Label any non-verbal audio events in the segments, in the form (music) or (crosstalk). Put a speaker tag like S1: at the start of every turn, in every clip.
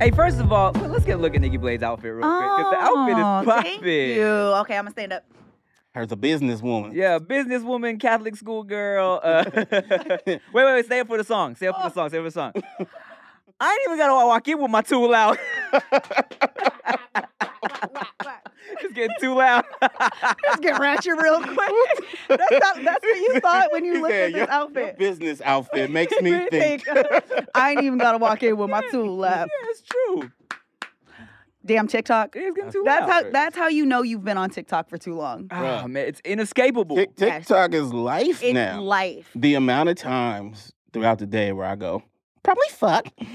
S1: Hey, first of all, well, let's get a look at Nikki Blade's outfit real quick. Because the outfit
S2: Oh,
S1: is popping.
S2: Thank you. Okay, I'm gonna stand up.
S3: Her's a businesswoman.
S1: Yeah, businesswoman, Catholic school girl. Uh, (laughs) wait, wait, wait. Stay up for the song. Stay up for the song. Stay up for the song. I ain't even got to walk in with my tool out. (laughs) it's getting too loud.
S2: Let's get ratchet
S1: (laughs)
S2: real quick. that's, not, that's what you thought when you
S3: He
S2: looked
S3: said,
S2: at this
S3: "Your- Your
S2: outfit.
S3: business
S2: (laughs)
S3: outfit makes me
S2: You
S3: (laughs) think.
S1: (laughs)
S2: think, (laughs) I ain't even gotta walk in with my tool
S1: yeah,
S2: lab.
S1: it's true.
S2: Damn TikTok.
S1: It's getting too
S2: That's
S1: loud.
S2: how that's how you know you've been on TikTok for too long.
S1: Ah, man, it's inescapable.
S3: Tik-
S2: Yes.
S3: TikTok is life
S2: It's
S1: (laughs)
S3: now.
S2: life.
S3: the amount of times throughout the day where I go, probably (laughs) fuck.
S2: Did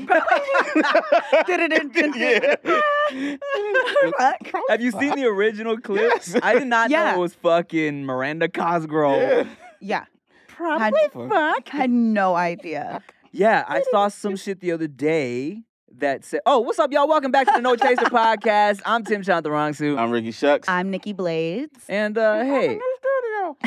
S1: (laughs)
S2: Fuck.
S1: Have you seen the original clip?
S3: Yes.
S1: I did not
S2: Yeah.
S1: know it was fucking Miranda Cosgrove.
S3: Yeah.
S2: Yeah.
S3: Probably
S2: Had-
S3: fuck.
S2: Had no idea.
S1: Yeah, I saw some shit the other day that said, "Oh, what's up, y'all? Welcome back to the No Chaser podcast. I'm Tim Shantarangsu,
S3: I'm Ricky Shucks.
S2: I'm Nikki Blades.
S1: and
S2: (laughs)
S1: uh, hey, (laughs)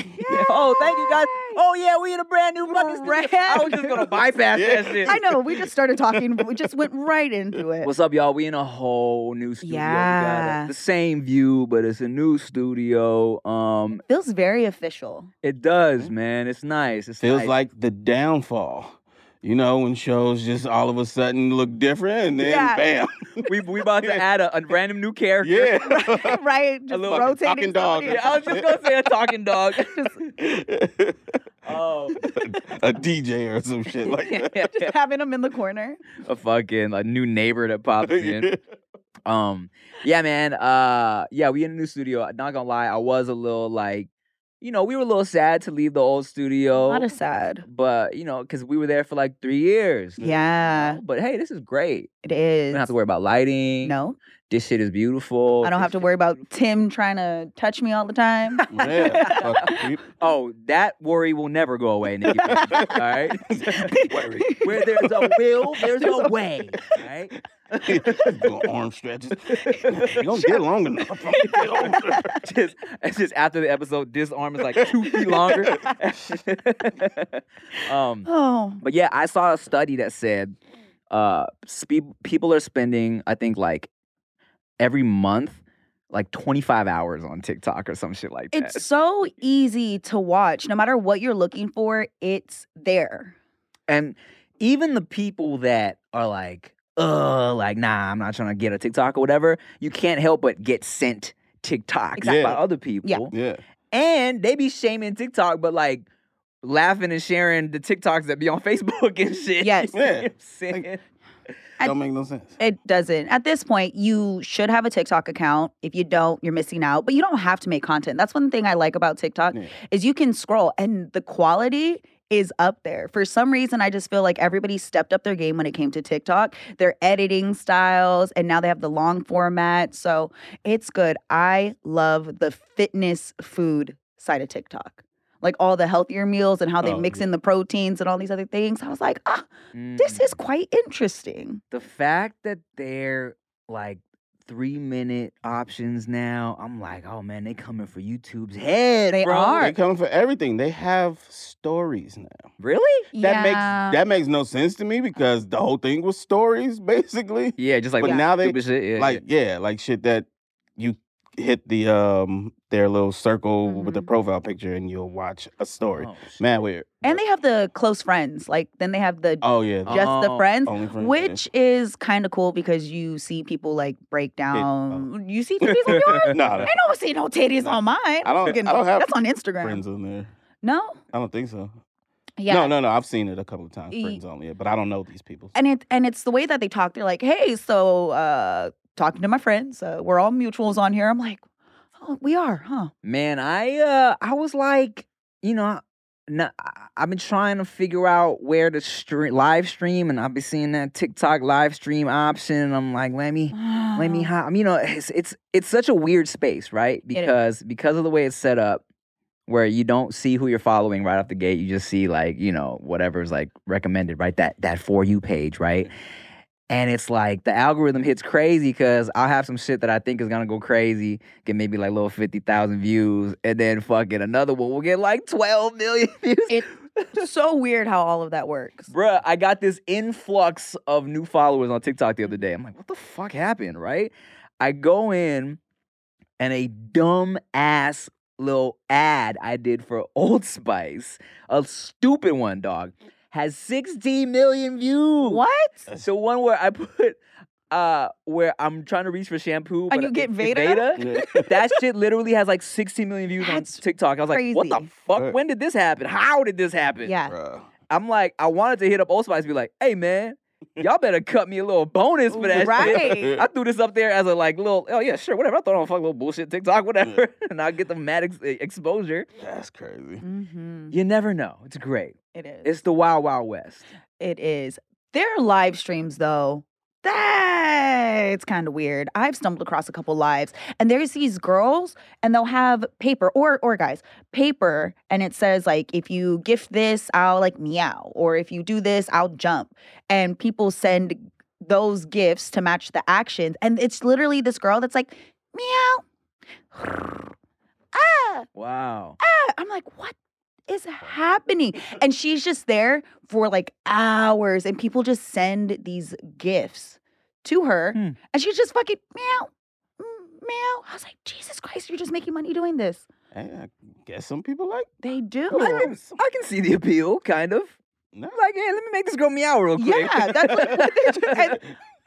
S1: oh, thank you guys. Oh yeah, we in a brand new fucking studio. I was just (laughs) gonna bypass
S3: Yeah.
S1: that shit.
S2: I know, we just started talking, we just went right into it.
S1: (laughs) What's up, y'all? We in a whole new studio. We got, uh,
S2: Yeah.
S1: the same view, but it's a new studio. Um,
S2: Feels very official.
S1: it does, man. It's nice. It's
S3: Feels
S1: nice.
S3: like the downfall. You know, when shows just all of a sudden look different and then
S2: Yeah. (laughs)
S3: bam.
S1: we we about (laughs) to add a, a random new character.
S2: (laughs)
S3: Yeah.
S2: right? Just
S1: little
S2: rotating
S3: talking dog.
S2: somebody
S1: (laughs) Yeah, I was just gonna say a talking
S2: (laughs)
S1: dog. (laughs) oh.
S3: a DJ or some
S1: (laughs)
S3: shit like that.
S2: just having them in the corner.
S1: a fucking a new neighbor that
S3: (laughs)
S1: pops in. Um, yeah, man. Uh, yeah, we in a new studio. Not gonna lie, I was a little like, you know, we were a little sad to leave the old
S2: A
S1: studio,
S2: lot of sad.
S1: but you know, because we were there for like three years. you
S2: Yeah,
S1: know? But hey, this is great.
S2: it
S1: We
S2: is.
S1: Mm-hmm. don't have to worry about lighting.
S2: No,
S1: this shit is beautiful.
S2: I don't
S1: This
S2: have to
S1: shit-
S2: worry about Tim trying to touch me all
S1: (laughs)
S2: the time.
S3: (laughs) Yeah.
S2: (laughs)
S3: fucking creep.
S1: Oh, that worry will never go away, Nikki. All right.
S3: Worry.
S1: Where there's a will, there's a way. All right.
S3: Doing arm stretches. You don't get long (laughs) enough. I'm gonna get older.
S1: just (laughs) it's just after the episode, this arm is like two feet
S2: (laughs)
S3: (laughs)
S1: longer. (laughs) um,
S2: (laughs) oh,
S1: but yeah, I saw a study that said uh, spe- people are spending, I think, like every month, like 25 hours on TikTok or some shit like that.
S2: it's so easy to watch. No matter what you're looking for, it's there.
S1: and even the people that are like, uh, like, nah, I'm not trying to get a TikTok or whatever, you can't help but get sent TikToks
S3: Exactly.
S1: by other people.
S3: Yeah.
S1: and they be shaming TikTok, but like laughing and sharing the TikToks that be on (laughs) Facebook and shit.
S2: Yes.
S1: You know what
S3: Yeah.
S1: I'm saying?
S2: I-
S3: Don't make no sense.
S2: It doesn't. At this point, you should have a TikTok account. If you don't, you're missing out. But you don't have to make content. That's one thing I like about TikTok
S3: Yeah.
S2: is you can scroll and the quality is up there. For some reason, I just feel like everybody stepped up their game when it came to TikTok. Their editing styles and now they have the long format. So, it's good. I love the fitness food side of TikTok. Like all the healthier meals and how they
S3: Oh,
S2: mix
S3: yeah. Mm-hmm.
S2: in the proteins and all these other things. I was like, "Ah, this
S1: Mm.
S2: is quite interesting."
S1: the fact that they're like three minute options now. I'm like, oh man, they coming for YouTube's head.
S2: They
S1: bro.
S2: are.
S3: They come for everything. They have stories now.
S1: really?
S3: That
S2: Yeah.
S3: makes that makes no sense to me because the whole thing was stories, (laughs) basically.
S1: Yeah, just like
S3: But
S1: with
S3: now they-
S1: stupid shit. Yeah,
S3: Like yeah, like shit that you hit the um their little circle with the
S2: Mhm.
S3: profile picture and you'll watch a
S1: yeah.
S3: story.
S1: Mm-hmm. Oh, shit.
S3: Mad weird.
S2: And they have the close friends. Like then they have the
S3: Oh yeah.
S1: Oh,
S2: just the
S1: Oh,
S2: friends,
S3: only friends, yeah.
S2: which is kind of cool because you see people like break down. You see titties on yours?
S3: no, nah,
S2: I
S3: nah,
S2: don't see no titties on mine.
S3: I don't-
S2: Fucking-
S3: I don't have
S2: That's on Instagram.
S3: friends on there.
S2: No.
S3: I don't think so.
S2: Yeah.
S3: No, no, no. I've seen it a couple of times.
S2: E-
S3: Friends only, but I don't know these people.
S2: And it and it's the way that they talk. They're like, hey, so uh talking to my friends, uh, we're all mutuals on here. I'm like, oh, we are, huh?
S1: Man, I uh I was like, you know, I- no, I- I've been trying to figure out where to stream live stream, and I've been seeing that TikTok live stream option. And I'm like, let me, let
S2: (sighs)
S1: me, hop. you know, it's it's it's such a weird space, right?
S2: It is.
S1: Because because of the way it's set up, where you don't see who you're following right off the gate, you just see like you know whatever's like recommended, right? That that for you page, right?
S2: Mm-hmm.
S1: And it's like the algorithm hits crazy because I'll have some shit that I think is gonna go crazy, get maybe like little 50,000 views, and then fucking another one will get like 12 million (laughs) views.
S2: It so weird how all of that works.
S1: Bruh, I got this influx of new followers on TikTok the other day. I'm like, what the fuck happened, right? I go in and a dumb ass little ad I did for (laughs) Old Spice, a stupid one, dog, has 16 million views.
S2: What?
S1: So one where I put uh where I'm trying to reach for shampoo, but
S2: you
S1: it-
S2: get
S1: it's
S2: Veda? (laughs)
S3: Yeah. (laughs)
S1: that shit literally has like 16 million views
S2: That's
S1: on TikTok. I was like, what the
S2: crazy.
S1: fuck?
S3: Right.
S1: When did this happen? How did this happen?
S2: Yeah.
S3: Bruh.
S1: I'm like, I wanted to hit up Old Spice and be like, hey
S2: (laughs)
S1: man, y'all better cut me a little bonus for that shit. (laughs)
S2: Right.
S1: I threw this up there as a like little, oh yeah, sure, whatever. I thought I was fuck little bullshit TikTok, (laughs) whatever. and I'll get the mad ex- e-, exposure.
S3: That's crazy.
S2: Mhm.
S1: You never know. It's great.
S2: It is.
S1: It's the Wild Wild West.
S2: It is. Their live streams, though, that's kind of weird. I've stumbled across a couple lives, and there's these girls, and they'll have paper or or guys paper, and it says like, if you gift this, I'll like meow, or if you do this, I'll jump, and people send those gifts to match the actions, and it's literally this girl that's like meow, (sighs) ah,
S1: Wow.
S2: that. I'm like, what is happening? And she's just there for like hours, and people just send these gifts to her,
S1: Hmm.
S2: and she's just fucking meow, mm, meow. I was like, Jesus Christ, you're just making money doing this.
S3: Hey, I guess some people like
S2: They do.
S1: (laughs) I can, I can see the appeal, kind of.
S3: no.
S1: Like, hey, let me make this girl meow real quick.
S2: Yeah, that's what- what (laughs) they're doing. And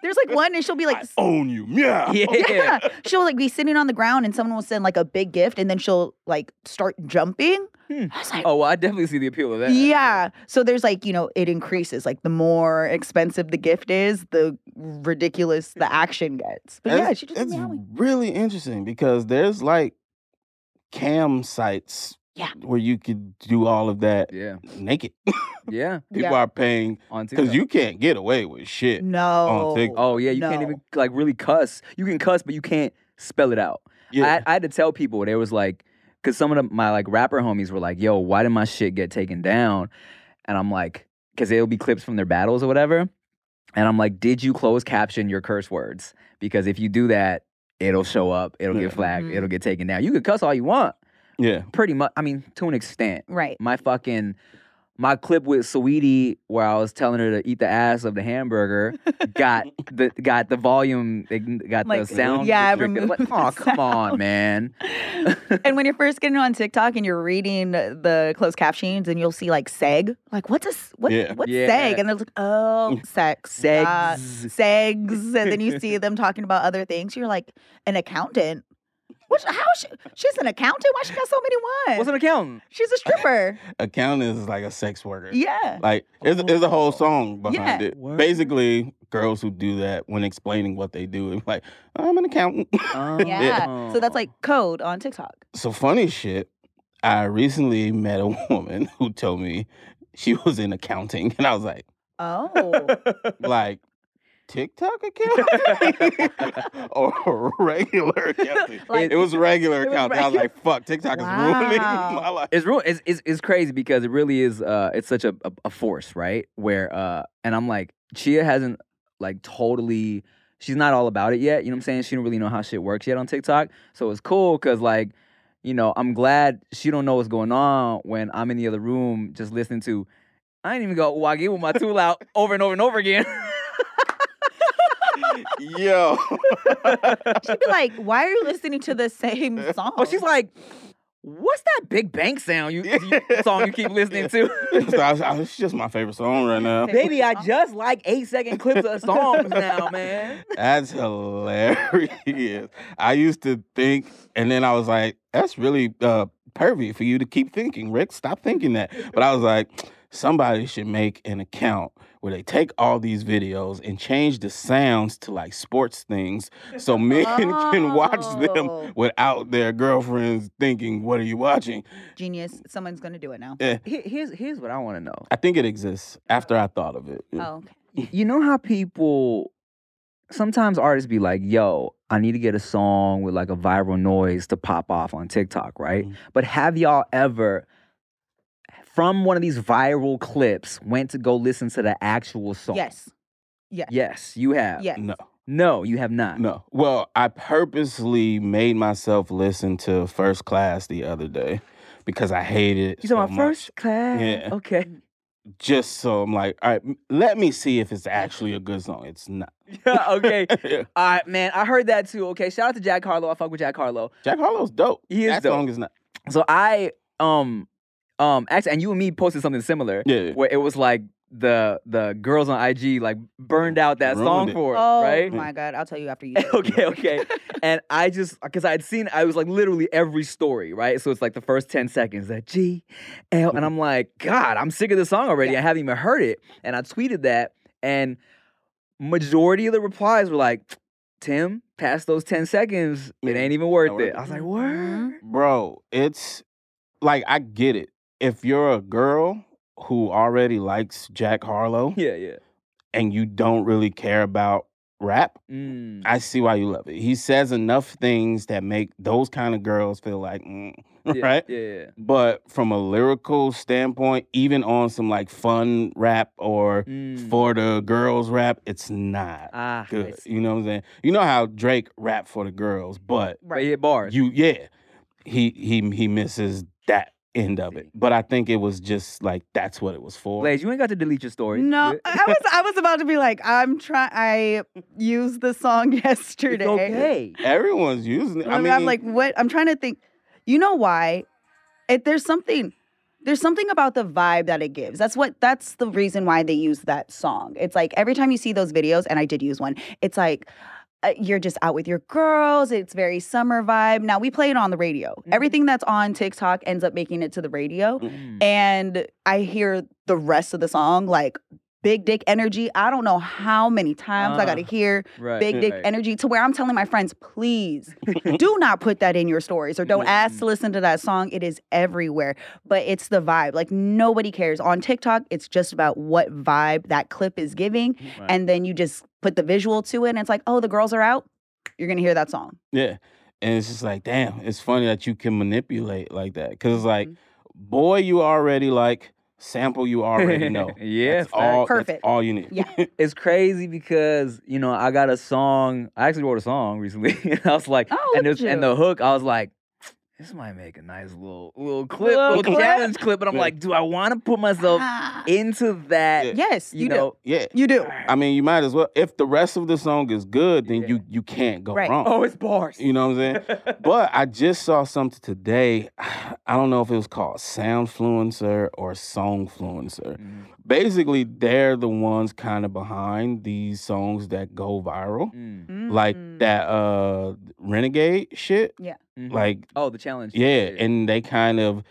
S2: There's like one, and she'll be like, (laughs)
S3: I own you.
S1: (laughs)
S3: Yeah.
S1: yeah.
S2: she'll like be sitting on the ground, and someone will send like a big gift, and then she'll like start jumping.
S1: Hmm.
S2: I was like,
S1: Oh, well, I definitely see the appeal of that.
S2: Yeah. So there's like, you know, it increases. Like the more expensive the gift is, the ridiculous the action gets. But yeah,
S3: That's-
S2: she just
S3: it's
S2: meowing.
S3: really interesting because there's like cam sites
S2: Yeah.
S3: where you could do all of that
S1: Yeah.
S3: naked.
S1: Yeah.
S3: People
S2: Yeah.
S3: are paying
S2: (laughs)
S1: On TikTok.
S3: because you can't get away with shit.
S2: No.
S3: TikTok.
S1: Oh yeah, you can't
S2: No.
S1: even like really cuss. You can cuss, but you can't spell it out.
S3: Yeah.
S1: I, I had to tell people there was like, cause some of the, my like rapper homies were like, "Yo, why did my shit get taken down?" And I'm like, cause it'll be clips from their battles or whatever. And I'm like, "Did you close caption your curse words? Because if you do that, it'll show up. It'll
S3: Yeah.
S1: get flagged.
S2: Mhm.
S1: It'll get taken down. You could cuss all you want,
S3: yeah.
S1: pretty much. I mean, to an extent."
S2: Right.
S1: my fucking my clip with Sweetie where I was telling her to eat the ass of the hamburger got the got the volume ign- got
S2: Like,
S1: the sound
S2: yeah,
S1: restricted.
S2: remove
S1: like,
S2: (laughs)
S1: oh
S2: the
S1: come on
S2: sound."
S1: man
S2: and when you're first getting on TikTok and you're reading the closed captions and you'll see like seg, like what's a s- what
S3: Yeah.
S2: what's
S1: Yeah.
S2: seg? And they're like, oh, sex, uh,
S1: segs
S2: segs, and then you see them talking about other things. You're like, an accountant. Which how she, she's an accountant? Why she got so many
S1: what's
S2: ones?
S1: an accountant
S2: She's a stripper.
S3: Accountant is like a sex worker.
S2: Yeah. (laughs)
S3: Like there's, there's a whole song behind
S2: Yeah.
S3: it.
S1: Word.
S3: Basically, girls who do that when explaining what they do, it's like I'm an accountant. (laughs)
S2: Yeah. So that's
S1: Oh.
S2: like code on TikTok.
S3: so funny shit. I recently met a (laughs) woman who told me she was in accounting, and I was like,
S2: Oh.
S3: like TikTok accounting (laughs) or regular accounting.
S2: (laughs) Like-
S3: it was regular
S2: It was
S3: accounting. I was
S2: regu-
S3: like, fuck, TikTok is ruining (laughs) my
S2: Wow.
S3: life.
S1: (laughs) it's real it's, it's, it's crazy because it really is uh it's such a, a, a force right where uh and i'm like chia hasn't like totally she's not all about it yet you know what i'm saying she don't really know how shit works yet on tiktok so it's cool because like you know i'm glad she don't know what's going on when i'm in the other room just listening to i ain't even go waggy with my tool out over and over and over again
S2: (laughs)
S3: Yo. (laughs)
S2: She'd (laughs) be like, why are you listening to the same song?
S1: (laughs) oh she's like what's that big bank sound you, you song you keep listening (laughs) to
S3: So I was- I was- it's just my favorite song right now.
S1: Baby, I just like eight second clips of songs now, (laughs) man.
S3: That's hilarious. I used to think, and then I was like, that's really uh, pervy for you to keep thinking, Rick. Stop thinking that. But I was like, somebody should make an account where they take all these videos and change the sounds to like sports things
S2: (laughs)
S3: so men (laughs) can watch
S2: Oh.
S3: them without their girlfriends thinking, what are you watching?
S2: Genius. Someone's going to do it now.
S1: Here- Here's here's what I want to know.
S3: I think it exists after I thought of it.
S2: Oh, okay.
S1: You know how people sometimes artists be like, "Yo, I need to get a song with like a viral noise to pop off on TikTok," right?
S3: Mhm.
S1: But have y'all ever from one of these viral clips went to go listen to the actual song?
S2: Yes. Yes.
S1: Yes, you have.
S2: Yes.
S3: No.
S1: No, you have not.
S3: No. Well, I purposely made myself listen to First Class the other day because I hate it.
S1: You
S3: so
S1: talking about
S3: much.
S1: first class?
S3: Yeah.
S1: Okay.
S3: Just so I'm like, all right, m- let me see if it's actually a good song. It's not. (laughs)
S1: Yeah, (laughs) okay.
S3: Yeah.
S1: All right, man. I heard that too. Okay. Shout out to Jack Harlow. I fuck with Jack Harlow.
S3: Jack Harlow's dope.
S1: He is
S3: that
S1: dope.
S3: song is not.
S1: So I um um actually and you and me posted something similar
S3: Yeah, yeah.
S1: where it was like the the girls on IG like burned out that
S3: Ruined
S1: song
S3: it.
S1: for us,
S2: oh
S1: right?
S2: my god! I'll tell
S1: (laughs)
S2: you after you.
S1: okay,
S2: (laughs)
S1: okay. and I just because I had seen I was like literally every story, right? So it's like the first 10 seconds, that G L
S3: Mm-hmm.
S1: and I'm like, God, I'm sick of this song already. I haven't even heard it. And I tweeted that and majority of the replies were like, Tim, past those 10 seconds, it
S3: Yeah,
S1: ain't even worth
S3: not
S1: it.
S3: worth Mm-hmm.
S1: I was like,
S2: it.
S1: word. (laughs)
S3: Bro, it's like, I get it. If you're a girl who already likes Jack Harlow
S1: Yeah, yeah.
S3: and you don't really care about rap,
S1: Mm.
S3: I see why you love it. He says enough things that make those kind of girls feel like, mm, (laughs)
S1: yeah,
S3: right?
S1: Yeah, yeah.
S3: But from a lyrical standpoint, even on some like fun rap or
S1: Mm.
S3: for the girls rap, it's not
S1: ah, I
S3: good.
S1: see. Mm.
S3: You know what I'm saying? You know how Drake rap for the girls, but
S1: But he hit bars.
S3: you yeah, he he he misses that end of
S1: See.
S3: it. But I think it was just like that's what it was for.
S1: Blaze, you ain't got to delete your story.
S2: No,
S1: Good.
S2: I was I was about to be like, I'm trying. I used the song (laughs) yesterday.
S1: It's okay.
S3: Everyone's using it. I
S2: Remember,
S3: mean,
S2: I'm like, what? I'm trying to think. You know why? It, there's something. There's something about the vibe that it gives. That's what. That's the reason why they use that song. It's like every time you see those videos, and I did use one. It's like. Uh, you're just out with your girls. It's very summer vibe. Now we play it on the radio.
S3: Mm-hmm.
S1: Mhm.
S2: Everything that's on TikTok ends up making it to the radio.
S1: Mm.
S2: and I hear the rest of the song like big dick energy. I don't know how many times I got to
S3: Uh.
S1: Ah,
S2: hear
S1: Right,
S2: big dick
S1: right.
S2: energy to where I'm telling my friends, please
S3: (laughs)
S2: do not put that in your stories or
S3: Mm-hmm.
S2: don't ask to listen to that song. It is everywhere, but it's the vibe. Like nobody cares. On TikTok, it's just about what vibe that clip is giving.
S1: Right.
S2: And then you just put the visual to it and it's like, oh, the girls are out. You're going to hear that song.
S3: Yeah. And it's just like, damn, it's funny that you can manipulate like that. Cause it's like,
S1: Mm-hmm.
S2: Mm-hmm.
S3: boy, you already like, sample you
S1: (laughs)
S3: already (laughs) know.
S1: Yeah,
S3: That's all,
S1: facts.
S3: that's
S2: Perfect.
S3: all you need.
S2: Yeah.
S1: it's crazy because you know I got a song. I actually wrote a song recently, (laughs) and I was like,
S2: Oh,
S1: and
S2: look
S1: this,
S2: at
S1: and
S2: you.
S1: the hook, I was like, this might make a nice little little clip,
S2: Little
S1: little,
S2: clip.
S1: challenge clip. And I'm like, do I want to put myself
S2: Ah.
S1: into that?
S3: Yeah.
S2: yes, you,
S1: You, know?
S3: Yeah.
S2: do. You do.
S3: I mean, you might as well. If the rest of the song is good, then
S1: Yeah.
S3: you you can't go
S2: Right.
S3: wrong.
S1: (laughs) Oh, it's bars.
S3: You know what I'm saying? but I just saw something today. (sighs) I don't know if it was called Soundfluencer or Songfluencer.
S1: Mm,
S3: Basically, they're the ones kind of behind these songs that go viral.
S1: mm,
S3: Like
S2: Mm.
S3: that uh renegade shit.
S1: mhm.
S3: Like
S1: oh, the challenge.
S3: yeah, and they kind of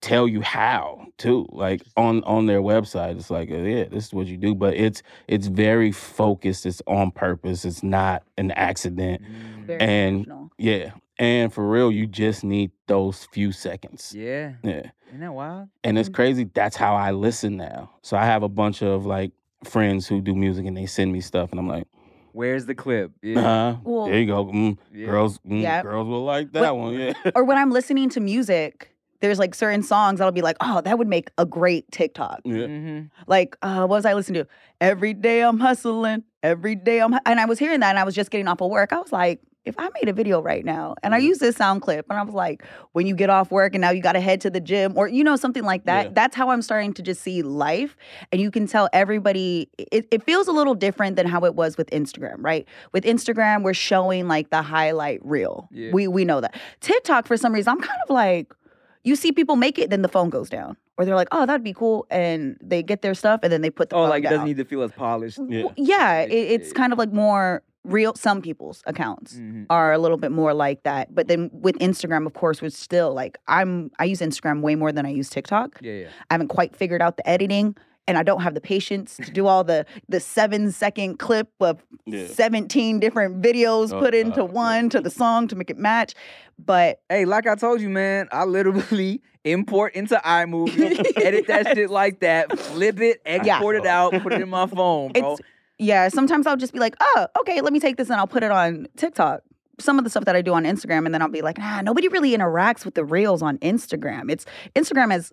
S3: tell you how too. Like on on their website, it's like uh, yeah, this is what you do, but it's it's very focused. It's on purpose. It's not an accident.
S1: Mm,
S2: Very
S3: and-
S2: emotional.
S3: Yeah, and for real, you just need those few seconds.
S1: yeah, Mm-hmm.
S3: Yeah,
S1: isn't that wild?
S3: and it's
S2: Mhm.
S3: crazy. That's how I listen now. So I have a bunch of like friends who do music, and they send me stuff, and I'm like,
S1: Where's the clip?
S3: uh
S1: Yeah,
S3: huh,
S2: Well-
S3: there you go. Mm,
S1: yeah.
S3: Girls, mm,
S2: Yep.
S3: girls will like that one. (laughs) Yeah,
S2: or when I'm listening to music, there's like certain songs that'll be like, oh, that would make a great TikTok.
S3: yeah.
S1: Mhm.
S2: Like, uh, what was I listening to? Every day I'm hustling. Every day I'm, hu-" and I was hearing that, and I was just getting off of work. I was like, if I made a video right now, and I used this sound clip, and I was like, when you get off work, and now you got to head to the gym, or you know something like that.
S3: Yeah.
S2: That's how I'm starting to just see life, and you can tell everybody. It, it feels a little different than how it was with Instagram, right? With Instagram, we're showing like the highlight reel.
S1: Yeah.
S2: We we know that TikTok for some reason, I'm kind of like you see people make it, then the phone goes down. Or they're like, oh, that'd be cool. And they get their stuff and then they put the
S1: Oh,
S2: phone
S1: like it
S2: down.
S1: doesn't need to feel as polished.
S3: Yeah.
S2: Well, yeah,
S1: It-
S2: it, it's
S1: it-
S2: kind of like more real. Some people's accounts
S1: Mhm.
S2: are a little bit more like that. But then with Instagram, of course, we're still like, I'm, I use Instagram way more than I use TikTok.
S1: Yeah, yeah.
S2: I haven't quite figured out the editing. And I don't have the patience to do all the the seven second clip of
S1: Mm-hmm.
S3: Yeah.
S2: seventeen different videos
S3: Oh,
S2: put into
S3: God, yeah.
S2: one to the song to make it match. But
S1: Hey, like I told you, man, I literally (laughs) import into iMovie, edit that shit like that, flip it, export it out, put it in my phone, bro.
S2: It's- Yeah, sometimes I'll just be like, oh, okay, let me take this and I'll put it on TikTok. Some of the stuff that I do on Instagram, and then I'll be like, nah, nobody really interacts with the reels on Instagram. It's Instagram has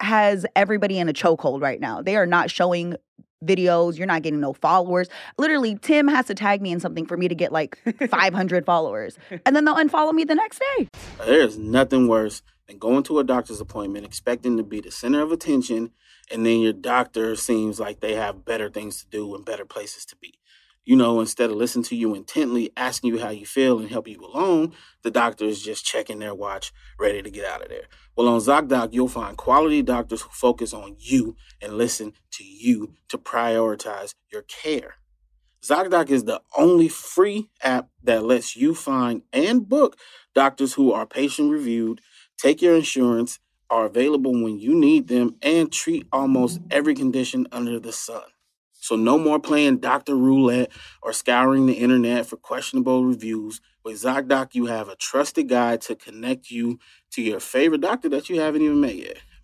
S2: has everybody in a chokehold right now. They are not showing videos. You're not getting no followers. Literally, Tim has to tag me in something for me to get like 500 followers, and then they'll unfollow me the next day.
S3: There's nothing worse
S4: than going to a doctor's appointment expecting to be the center of attention, and then your doctor seems like they have better things to do and better places to be. You know, instead of listening to you intently, asking you how you feel and help you along, the doctor is just checking their watch, ready to get out of there. Well, on ZocDoc, you'll find quality doctors who focus on you and listen to you to prioritize your care. ZocDoc is the only free app that lets you find and book doctors who are patient reviewed, take your insurance, are available when you need them, and treat almost every condition under the sun. So, no more playing doctor roulette or scouring the internet for questionable reviews. With ZocDoc, you have a trusted guide to connect you to your favorite doctor that you haven't even met yet.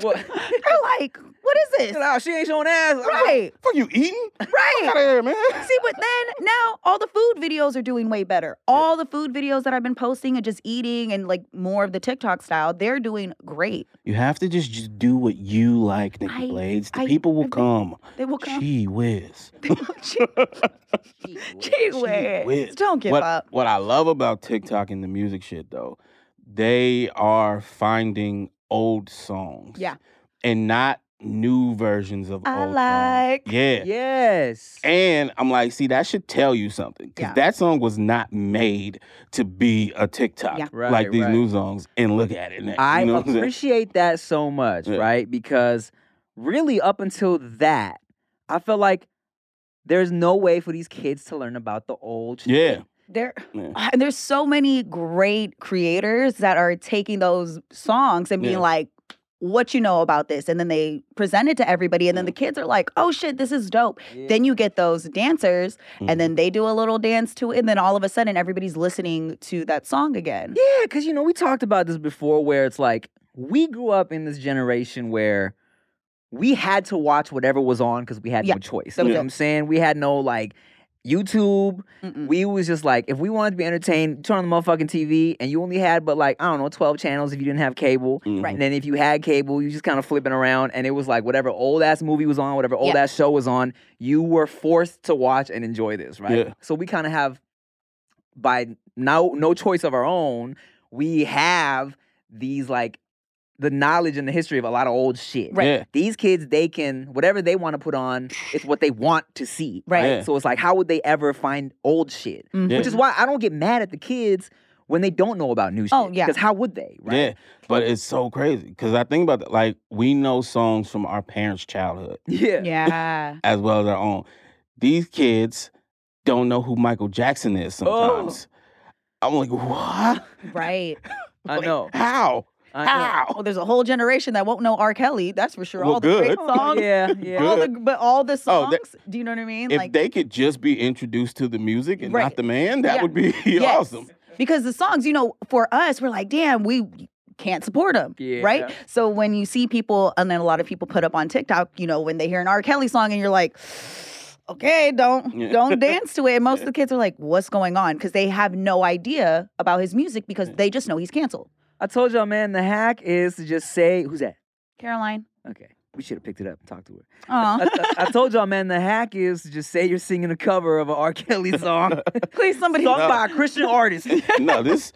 S1: What?
S2: They're like, what is this?
S1: no, she ain't showing ass.
S2: Right,
S3: Fuck you eating? Get
S2: right.
S3: out of here, man.
S2: See, but then now all the food videos are doing way better. All the food videos that I've been posting and just eating and like more of the TikTok style, they're doing great.
S3: (laughs) You have to just, just do what you like,
S2: I-
S3: Nikki Blades. The
S2: I-
S3: people will
S2: I-
S3: come.
S2: They will come.
S3: Gee whiz.
S2: (laughs)
S3: (laughs)
S1: Ah.
S2: Gee
S3: Gee whiz.
S2: whiz. Don't give
S3: what,
S2: up.
S3: What I love about TikTok and the music shit though, they are finding old songs.
S2: Yeah.
S3: And not new versions of
S2: I
S3: old
S2: like-
S3: songs. Yeah.
S1: Yes.
S3: And I'm like, see, that should tell you something. Because
S2: Yeah.
S3: that song was not made to be a TikTok.
S2: Yeah.
S1: Right,
S3: like these
S1: right.
S3: new songs. And look at it now.
S1: I
S3: you know what I'm saying?
S1: appreciate that so much,
S3: Yeah.
S1: right? Because really, up until that, I felt like there's no way for these kids to learn about the old. shit.
S3: Yeah.
S2: There
S3: Yeah.
S2: and there's so many great creators that are taking those songs and being
S3: Yeah.
S2: like, what you know about this? And then they present it to everybody, and then the kids are like, oh shit, this is dope. Then you get those dancers,
S3: Mm-hmm.
S2: and then they do a little dance to it, and then all of a sudden everybody's listening to that song again.
S1: Yeah, because you know we talked about this before, where it's like we grew up in this generation where we had to watch whatever was on because we had
S2: Yeah,
S1: no choice.
S2: that
S1: You know
S2: was it.
S1: what I'm saying? We had no like YouTube.
S2: Mm-mm.
S1: We was just like, if we wanted to be entertained, turn on the motherfucking TV, and you only had but like I don't know, 12 channels if you didn't have cable.
S3: Mhm.
S2: Right.
S1: And then if you had cable, you just kind of flipping around, and it was like whatever old ass movie was on, whatever old
S2: Yeah.
S1: ass show was on, you were forced to watch and enjoy this, right?
S3: Yeah.
S1: So we kind of have, by no no choice of our own, we have these like the knowledge and the history of a lot of old shit.
S2: Right.
S3: Yeah.
S1: These kids, they can whatever they want to put on,
S3: (sniffs)
S1: it's what they want to see.
S2: Right.
S3: Yeah.
S1: So it's like, how would they ever find old shit?
S2: Mhm.
S3: Yeah.
S1: Which is why I don't get mad at the kids when they don't know about new shit.
S2: Oh, yeah.
S1: Because how would they? Right.
S3: Yeah, but it's so crazy because I think about that. Like we know songs from our parents' childhood
S1: (laughs) Yeah.
S2: Yeah.
S3: as well as our own. These kids don't know who Michael Jackson is
S1: Oh.
S3: sometimes. I'm like, what?
S2: Right. (laughs)
S1: I
S3: Like,
S1: know.
S3: How?
S2: Uh,
S1: I know.
S3: How?
S2: Well, there's a whole generation that won't know R. Kelly. That's for sure.
S3: Well,
S2: all the
S3: good. (laughs)
S2: great songs.
S1: Oh, Yeah, yeah.
S2: All the, but all the
S3: Oh,
S2: songs.
S3: that-
S2: do you know what I mean?
S3: If they could just be introduced to the music and not
S2: Right.
S3: the man, that
S2: Yeah.
S3: would be (laughs)
S2: Yes.
S3: awesome.
S2: because the songs, you know, for us, we're like, damn, we can't support them,
S1: Yeah.
S2: right? So when you see people, and then a lot of people put up on TikTok, you know, when they hear an R. Kelly song, and you're like, okay, don't
S3: Yeah.
S2: don't dance to it.
S3: (laughs)
S2: And most of the kids are like, what's going on? Because they have no idea about his music because they just know he's canceled.
S1: I told y'all, man, the hack is to just say, who's that?
S2: Caroline,
S1: Okay. We should have picked it up and talked to her.
S2: aw,
S3: (laughs)
S2: (laughs)
S1: I, I- I told y'all, man, the hack is to just say you're singing a cover of an R. Kelly
S3: (laughs)
S1: song.
S2: please somebody. (laughs)
S1: sung by a Christian artist.
S3: no, this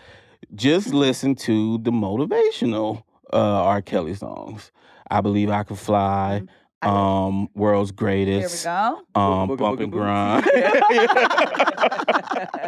S3: just listen to the motivational uh, R. Kelly songs. I believe I could fly.
S2: I love
S3: Um, world's
S2: Here we
S3: greatest.
S2: go.
S3: Um,
S1: Booga,
S3: bump
S1: booga,
S3: and
S1: (laughs)
S3: grind.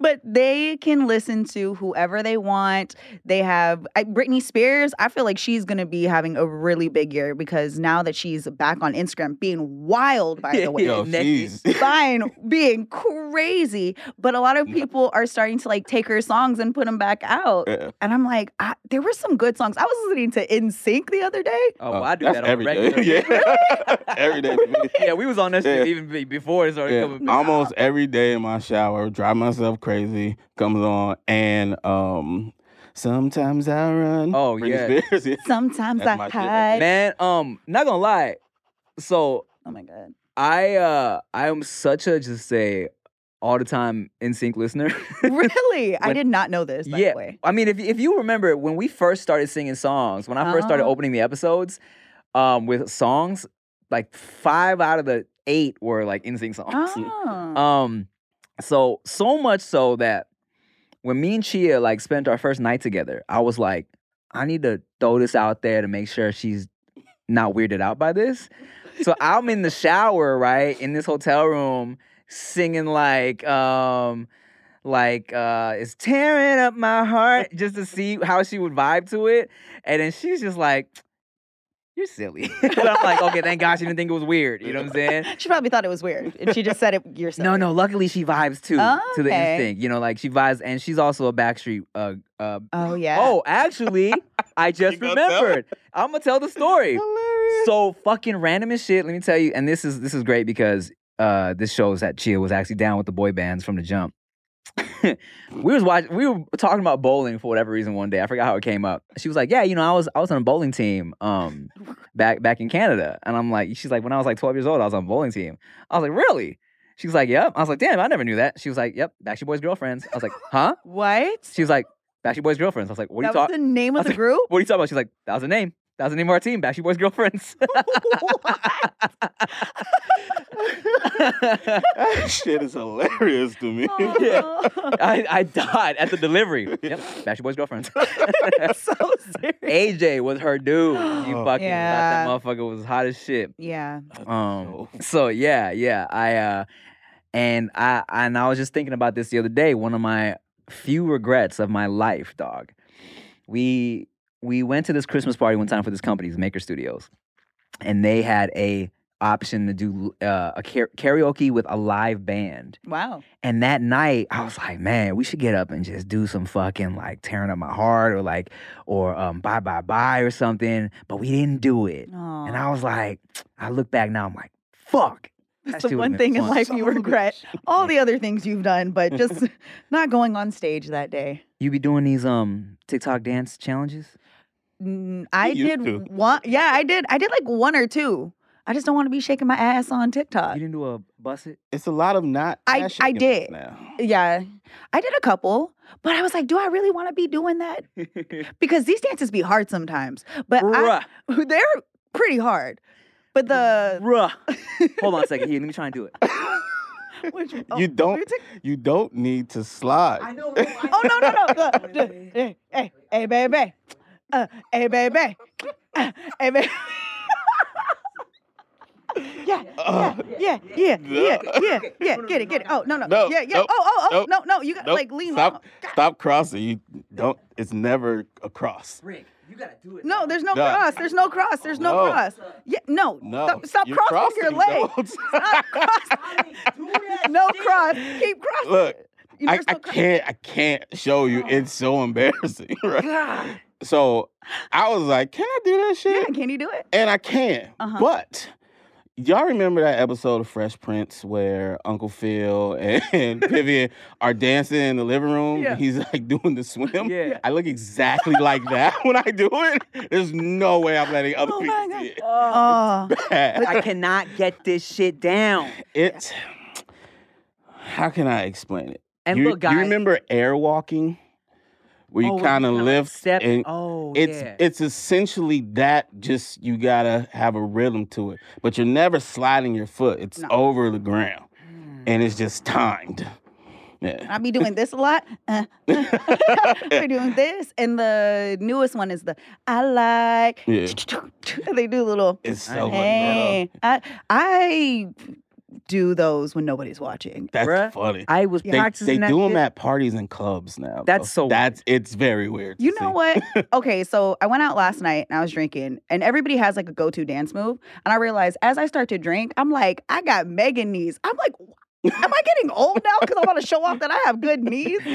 S2: but they can listen to whoever they want. They have I, Britney Spears. I feel like she's going to be having a really big year because now that she's back on Instagram, being wild, by
S3: (laughs)
S2: the way.
S3: Yo,
S1: Naked.
S3: she's (laughs)
S2: Fine, being crazy, but a lot of people are starting to like take her songs and put them back out.
S3: Yeah.
S2: And I'm like, I, there were some good songs. I was listening to In Sync the other day.
S1: Oh,
S3: Uh,
S1: well, I do
S3: that's
S1: that on
S3: every
S1: the
S3: day.
S1: regular.
S3: (laughs) Yeah, every day. to me.
S1: Yeah, we was on that shit
S3: Yeah.
S1: even be- before it started
S3: Yeah.
S1: coming back.
S3: Almost every day in my shower, drive myself crazy comes on, and um, Sometimes I run.
S1: Oh,
S3: Britney
S1: yeah.
S3: Spears, (laughs) yeah.
S2: Sometimes
S3: That's
S2: I
S3: my shit right
S2: hide.
S1: Man, um, not gonna lie. So
S2: Oh my god. (laughs)
S1: I uh I am such a just say all the time in sync listener.
S2: Really? I
S1: When-
S2: did not know this, by
S1: Yeah.
S2: the way.
S1: (laughs) I mean, if if you remember when we first started singing songs, when I first started
S2: Uh-huh.
S1: opening the episodes, um, with songs, like five out of the eight were like in sync songs.
S2: Oh.
S1: Um, so so much so that when me and Chia like spent our first night together, I was like, I need to throw this out there to make sure she's not weirded out by this. So I'm in the shower, right, in this hotel room, singing like, um, like uh, it's tearing up my heart, just to see how she would vibe to it, and then she's just like. You're silly. (laughs) and I'm like, okay, thank God she didn't think it was weird. You know what I'm saying?
S2: (laughs) she probably thought it was weird. And she just said
S1: (laughs)
S2: it yourself.
S1: No, no. Luckily, she vibes too to the
S2: Okay.
S1: instinct. You know, like she vibes, and she's also a Backstreet. Uh, uh,
S2: Oh yeah.
S1: Oh, actually, I just
S3: (laughs) You gonna tell
S1: remembered. I'm gonna tell the story.
S3: Hilarious.
S1: so fucking random as shit. Let me tell you, and this is this is great because uh, this shows that Chia was actually down with the boy bands from the jump. (laughs) we was watching. We were talking about bowling for whatever reason one day. I forgot how it came up. She was like, "Yeah, you know, I was I was on a bowling team um back back in Canada," and I'm like, "She's like, when I was like 12 years old, I was on a bowling team." I was like, "Really?" She's like, "Yep." I was like, "Damn, I never knew that." She was like, "Yep, Backstreet Boys girlfriends." I was like, "Huh?"
S2: What?
S1: She was like, "Backstreet Boys girlfriends." I was like, "What are
S2: that
S1: you talking?"
S2: was the name
S1: I
S2: of
S1: was
S2: the
S1: like,
S2: group?
S1: what are you talking about? She's like, that was the name. That was the name of our team, Backstreet Boys Girlfriends.
S3: that shit is hilarious to me.
S1: Oh.
S3: (laughs)
S1: (laughs)
S2: Aw.
S1: I, I died at the delivery. Yep, Backstreet Boys Girlfriends. (laughs)
S2: (laughs) so serious.
S1: AJ was her dude. She
S3: Oh.
S1: fucking
S2: Yeah.
S1: thought that motherfucker was hot as shit.
S2: Yeah.
S1: Um,
S3: So-
S1: (laughs) so yeah, yeah. I uh, and I and I was just thinking about this the other day. One of my few regrets of my life, dog. We we went to this Christmas party one time for this company's Maker Studios, and they had a option to do uh, a kar- karaoke with a live band.
S2: Wow.
S1: And that night, I was like, man, we should get up and just do some fucking like tearing up my heart or like or um bye bye bye or something. But we didn't do it.
S2: Aw.
S1: And I was like, I look back now, I'm like, fuck. that
S2: That's the
S1: shit would've
S2: one
S1: been
S2: thing in
S1: fun.
S2: life you
S3: Son of a
S2: regret. All the other things you've done, but
S1: (laughs)
S2: just (laughs) not going on stage that day.
S1: You be doing these um TikTok dance challenges?
S2: Mm, I
S3: used
S2: did
S3: to.
S2: one. Yeah, I did. I did like one or two. I just don't want to be shaking my ass on
S1: You
S2: TikTok.
S1: didn't do a bus (laughs) it?
S3: It's a lot of not.
S2: I-
S3: ass
S2: I
S3: shaking
S2: did.
S3: Now.
S2: Yeah, I did a couple, but I was like, do I really want to be
S1: (laughs)
S2: doing that? Because these dances be hard sometimes. But I,
S1: Bruh,
S2: (laughs) they're pretty hard. But
S3: (laughs)
S2: the
S1: (laughs) bruh. Hold on a second here. Let me try and do it.
S2: which,
S3: you don't.
S2: we took-
S3: You don't need to slide.
S1: know.
S2: Oh no no eh, no!
S3: (laughs)
S2: Look, look, hey, hey, hey, baby, uh, hey, baby, uh, hey, baby. (laughs) yeah,
S3: Ugh.
S2: yeah, yeah, yeah,
S3: Uh, No.
S2: yeah,
S3: (laughs)
S2: yeah. Get it, get it. Oh no no.
S3: No,
S2: yeah yeah.
S3: nope,
S2: oh oh oh
S3: nope,
S2: no no. You got to
S3: nope,
S2: like lean.
S3: stop.
S2: on- God.
S3: Stop crossing. You don't. It's never a cross.
S1: Rick, you gotta do it.
S2: No, there's no
S3: No.
S2: cross. There's no cross. There's no,
S3: No.
S2: cross. Yeah, no.
S3: No.
S2: Stop, stop
S3: You're
S2: crossing, your leg.
S3: (laughs) Don't.
S2: Stop crossing.
S1: (laughs)
S3: (laughs)
S2: no cross. Keep crossing.
S3: Look,
S2: You
S3: I,
S2: first
S3: I
S2: don't cross.
S3: can't. I can't show you.
S2: Oh.
S3: It's so embarrassing. (laughs) Right.
S1: God.
S3: So I was like, can I do that
S2: Yeah,
S3: shit?
S2: can you do it?
S3: And I can.
S2: Uh-huh.
S3: But y'all remember that episode of Fresh Prince where Uncle Phil and, (laughs) Vivian are dancing in the living room?
S2: Yeah.
S3: He's like doing the swim.
S1: Yeah.
S3: I look exactly like that (laughs) when I do it. There's no way I'm letting other
S2: Oh
S3: people
S2: my
S3: see it.
S2: Oh.
S3: (laughs) Bad.
S1: I cannot get this shit down.
S2: uh,
S3: It's how can I explain it?
S1: And
S3: you,
S1: look, guys.
S3: you remember air walking, where you
S1: oh,
S3: kind of
S1: kinda
S3: lift
S1: step.
S3: and
S1: oh,
S3: it's
S1: yeah.
S3: it's essentially that. Just you gotta have a rhythm to it, but you're never sliding your foot. It's
S2: No.
S3: over the ground,
S1: Mm.
S3: and it's just
S1: Mm-hmm.
S3: timed. Yeah.
S2: I be doing this a lot. (laughs) Uh, we're doing this, and the newest one is the I like.
S3: Yeah.
S2: (laughs)
S3: Oh
S2: they do little.
S3: It's
S1: I
S3: so
S1: know.
S2: Hey, I I do those when nobody's watching.
S3: That's
S1: Bruh,
S3: funny.
S1: I was
S2: They-
S3: They,
S1: practicing
S3: they
S1: that
S3: do them
S1: shit.
S3: at parties and clubs now.
S1: That's
S3: though.
S1: so
S3: That's it's very weird. to
S2: You know
S3: see. (laughs)
S2: what? Okay, so I went out last night and I was drinking, and everybody has like a go-to dance move. And I realized as I start to drink, I'm like, I got mega knees. I'm like, am I getting old now? Because I want to show off that I have good knees.
S1: (laughs)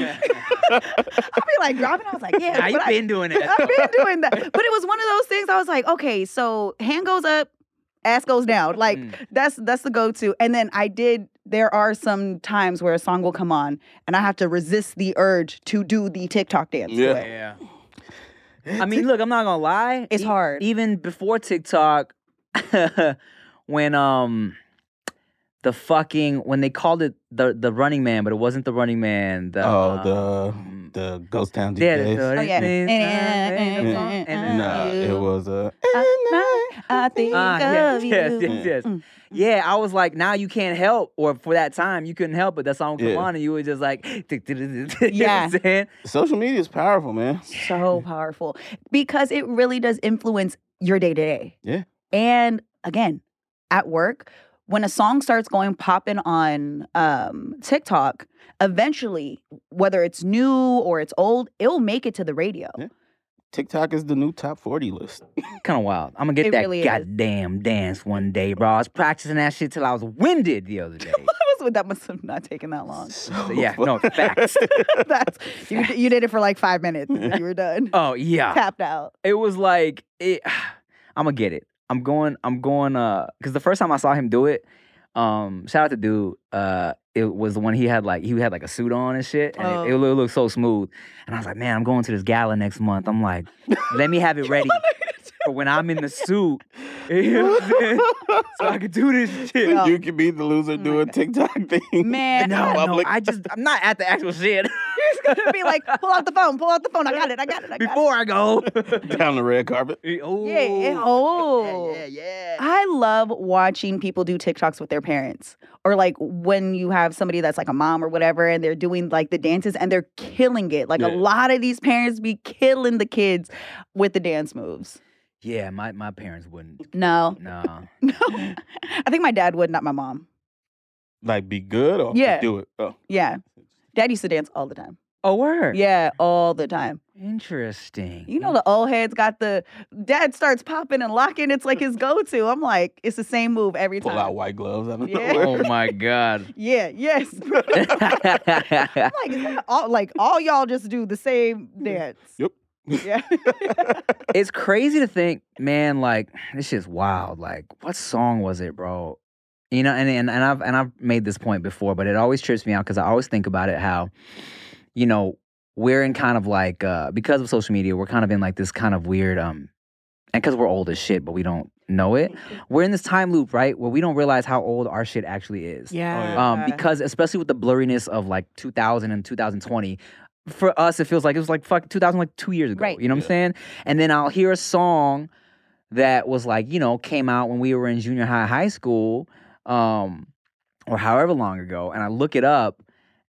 S2: I'll be like dropping. I was like, yeah,
S1: Nah,
S2: but
S1: you've
S2: (laughs) I-
S1: been doing (laughs) it.
S2: I've been doing that. But it was one of those things I was like, okay, so hand goes up, ass goes down. Like
S1: Mm.
S2: that's that's the go-to. And then I did there are some times where a song will come on and I have to resist the urge to do the TikTok dance. to
S3: Yeah.
S2: it.
S1: Yeah. I mean, look, I'm not gonna lie.
S2: It's
S1: E-
S2: hard.
S1: Even before TikTok, (laughs) when um the fucking when they called it the the Running Man, but it wasn't the Running Man. The, uh,
S3: (laughs) oh,
S1: mm,
S3: the the Ghost Town
S1: yeah, the-
S3: DJs.
S1: the-
S2: Oh, yeah.
S1: and- and-
S3: Nah, it
S2: you.
S3: was a.
S2: I- I think
S1: Ah, yes, (laughs)
S2: of
S1: yes,
S2: you.
S1: yes, yes.
S2: Mm.
S1: Yeah, I was like, now you can't help, or for that time you couldn't help, but that song would come
S3: Yeah.
S1: on and you were just like, (laughs) yeah.
S2: Yeah.
S3: (laughs) Social media is powerful, man.
S2: so powerful because it really does influence your day to day.
S3: Yeah.
S2: And again, at work, when a song starts going popping on um, TikTok, eventually, whether it's new or it's old, it'll make it to the radio. (laughs)
S3: Yeah. TikTok is the new top
S1: (laughs)
S3: forty list.
S1: Kind of wild. I'm gonna get
S2: It
S1: that
S2: really is.
S1: goddamn dance one day, bro. I was practicing that shit till I was winded the other
S3: (laughs)
S1: day.
S2: I was with that must have not taken that (laughs) long.
S3: So
S1: Yeah, no,
S3: fun. (laughs)
S1: facts.
S2: That's you, you did it for like five minutes. and then You were (laughs) done.
S1: oh yeah.
S2: Tapped out.
S1: it was like it (sighs) I'm gonna get it. I'm going I'm going uh cuz the first time I saw him do it um shout out to dude uh it was the one he had like he had like a suit on and shit and it, it,
S2: Oh.
S1: loo- looked so smooth and I was like man I'm going to this gala next month I'm like let me
S2: (laughs)
S1: have it ready for when I'm in the suit (laughs) you know what I'm saying? so I could do this
S2: (laughs)
S1: shit
S2: Yeah.
S3: You can be the
S1: oh
S3: loser
S2: my
S3: doing
S2: God.
S3: TikTok (laughs)
S2: (laughs)
S3: thing.
S2: Man,
S1: no, no
S3: Public.
S1: I just I'm not at the actual
S2: (laughs)
S1: shit
S2: you're gonna be like, pull out the phone, pull out the phone. I got it. I (laughs) got it. I got
S1: (laughs) before I go (laughs)
S3: down the red carpet.
S1: oh
S2: it. (laughs) Yeah. yeah, Oh.
S1: yeah yeah
S2: I love watching people do TikToks with their parents. Or like when you have somebody that's like a mom or whatever and they're doing like the dances and they're killing it. Like
S3: Yeah.
S2: a lot of these parents be killing the kids with the dance moves.
S1: yeah my my parents wouldn't (laughs)
S2: No. (laughs)
S1: no
S2: No. I think my dad would, not my mom.
S3: Like, be good or
S2: Yeah.
S3: do it. Oh.
S2: Yeah. Dad used to dance all the time.
S1: oh word
S2: Yeah, all the time.
S1: Interesting.
S2: You
S3: Mm-hmm.
S2: know the old heads got the dad starts popping and locking. It's like his go-to. I'm like, it's the same move every
S3: Pull
S2: time.
S3: out white gloves. I don't
S2: Yeah.
S3: know.
S1: (laughs)
S3: where.
S1: Oh my god.
S2: Yeah, yes.
S3: (laughs)
S1: yeah,
S2: I'm like, is that all, like all y'all just do the same dance.
S3: Yep.
S2: (laughs) Yeah.
S1: (laughs) it's crazy to think, man. Like this shit's wild. Like what song was it, bro? You know, and and, and I've and I've made this point before, but it always trips me out because I always think about it how, you know, we're in kind of like uh because of social media, we're kind of in like this kind of weird um, and because we're old as shit, but we don't know it. Mm-hmm. We're in this time loop, right, where we don't realize how old our shit actually is.
S3: yeah.
S1: um, because especially with the blurriness of like 2000 and 2020 for us it feels like it was like fuck 2000 like two years ago
S2: Right.
S1: you know what
S3: Yeah.
S1: i'm saying and then i'll hear a song that was like you know came out when we were in junior high high school um or however long ago and i look it up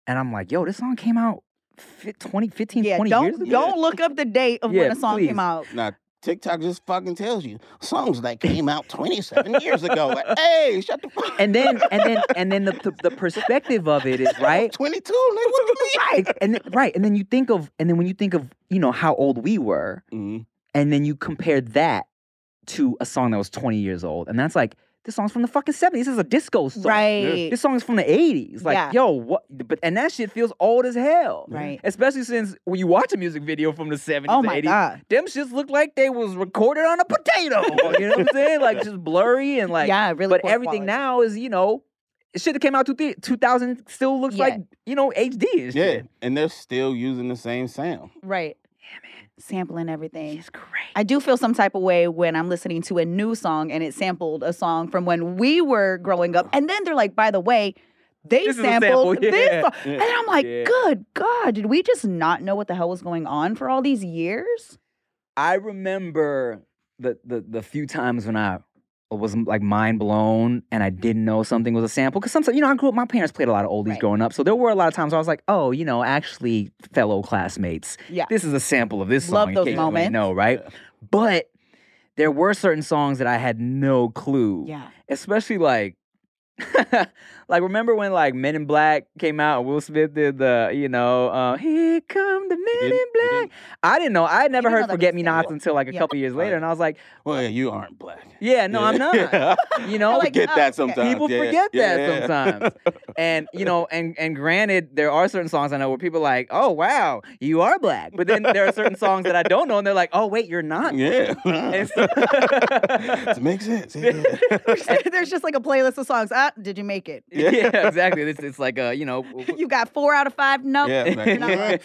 S1: and i'm like yo this song came out fi- 20 15
S2: yeah,
S1: 20 years
S2: don't
S1: ago
S2: don't look up the date of
S1: Yeah,
S2: when a song
S1: please.
S2: came out.
S3: (laughs) Now TikTok just fucking tells you songs that came out 27 years
S1: (laughs)
S3: ago. Like, hey, shut the fuck.
S1: and then and then
S2: (laughs)
S3: (laughs)
S1: and then the, the, the perspective of it is
S3: I'm
S1: right
S3: 22. Nigga, what you
S1: (laughs) right and then, right and then you think of and then when you think of you know how old we were
S3: mean?
S1: and then you compare that to a song that was 20 years old and that's like this song's from the fucking 70s this is a disco song
S2: Right.
S1: this song is from the 80s like
S2: Yeah.
S1: yo what but and that shit feels old as hell
S2: Right.
S1: especially since when you watch a music video from the 70s
S2: Oh
S1: to
S2: my
S1: 80s
S2: god.
S1: them shits look like they was recorded on a potato you know what i'm saying like just blurry and like
S2: yeah, really.
S1: but
S2: poor
S1: everything
S2: quality.
S1: now is you know shit that came out two th- 2000 still looks
S2: Yeah.
S1: like you know hd and
S3: Yeah,
S1: shit.
S3: and they're still using the same sound.
S2: Right. Sampling everything.
S1: it's crazy
S2: I do feel some type of way when I'm listening to a new song and it sampled a song from when we were growing up. And then they're like, by the way, they
S1: This is a
S2: sampled
S1: sample, yeah.
S2: this song.
S3: Yeah.
S2: And I'm like,
S1: Yeah.
S2: good God, did we just not know what the hell was going on for all these years?
S1: I remember the the the few times when I was like mind blown and I didn't know something was a sample because sometimes you know I grew up my parents played a lot of oldies
S2: Mm-hmm. Right.
S1: growing up so there were a lot of times I was like oh you know actually fellow classmates
S2: Yeah.
S1: this is a sample of this
S2: Love
S1: song
S2: those
S1: in case you didn't
S2: moments.
S1: know right
S3: Yeah.
S1: but there were certain songs that I had no clue
S2: Yeah.
S1: especially like (laughs) like remember when like Men in Black came out and Will Smith did the you know uh, here come the Men
S3: didn't-
S1: in
S3: you
S1: Black
S3: didn't-
S1: I didn't know I had never
S2: didn't know
S1: heard
S2: that was
S1: Forget Me
S2: a sample.
S1: Nots until like a
S2: Yeah.
S1: couple years later
S3: Right.
S1: and I was like
S3: Well, yeah, you aren't black.
S1: yeah no I'm
S3: (laughs)
S1: not you know
S2: Like,
S3: Forget
S2: oh, okay.
S3: that sometimes.
S1: People
S3: yeah,
S1: forget that
S3: yeah.
S1: sometimes. and you know and and granted there are certain songs I know where people are like oh wow you are black but then there are certain songs that I don't know and they're like oh wait you're
S3: (laughs)
S1: not
S3: yeah.
S1: (laughs) And so-
S3: it makes sense. Yeah.
S1: (laughs)
S2: (laughs) There's just like a playlist of songs. Uh, did you make
S1: (laughs)
S2: it?
S1: Yeah,
S3: Yeah.
S1: exactly. It's, it's like uh, you know. w- w-
S2: You got four out of five? No.
S3: Yeah,
S2: You're not allowed.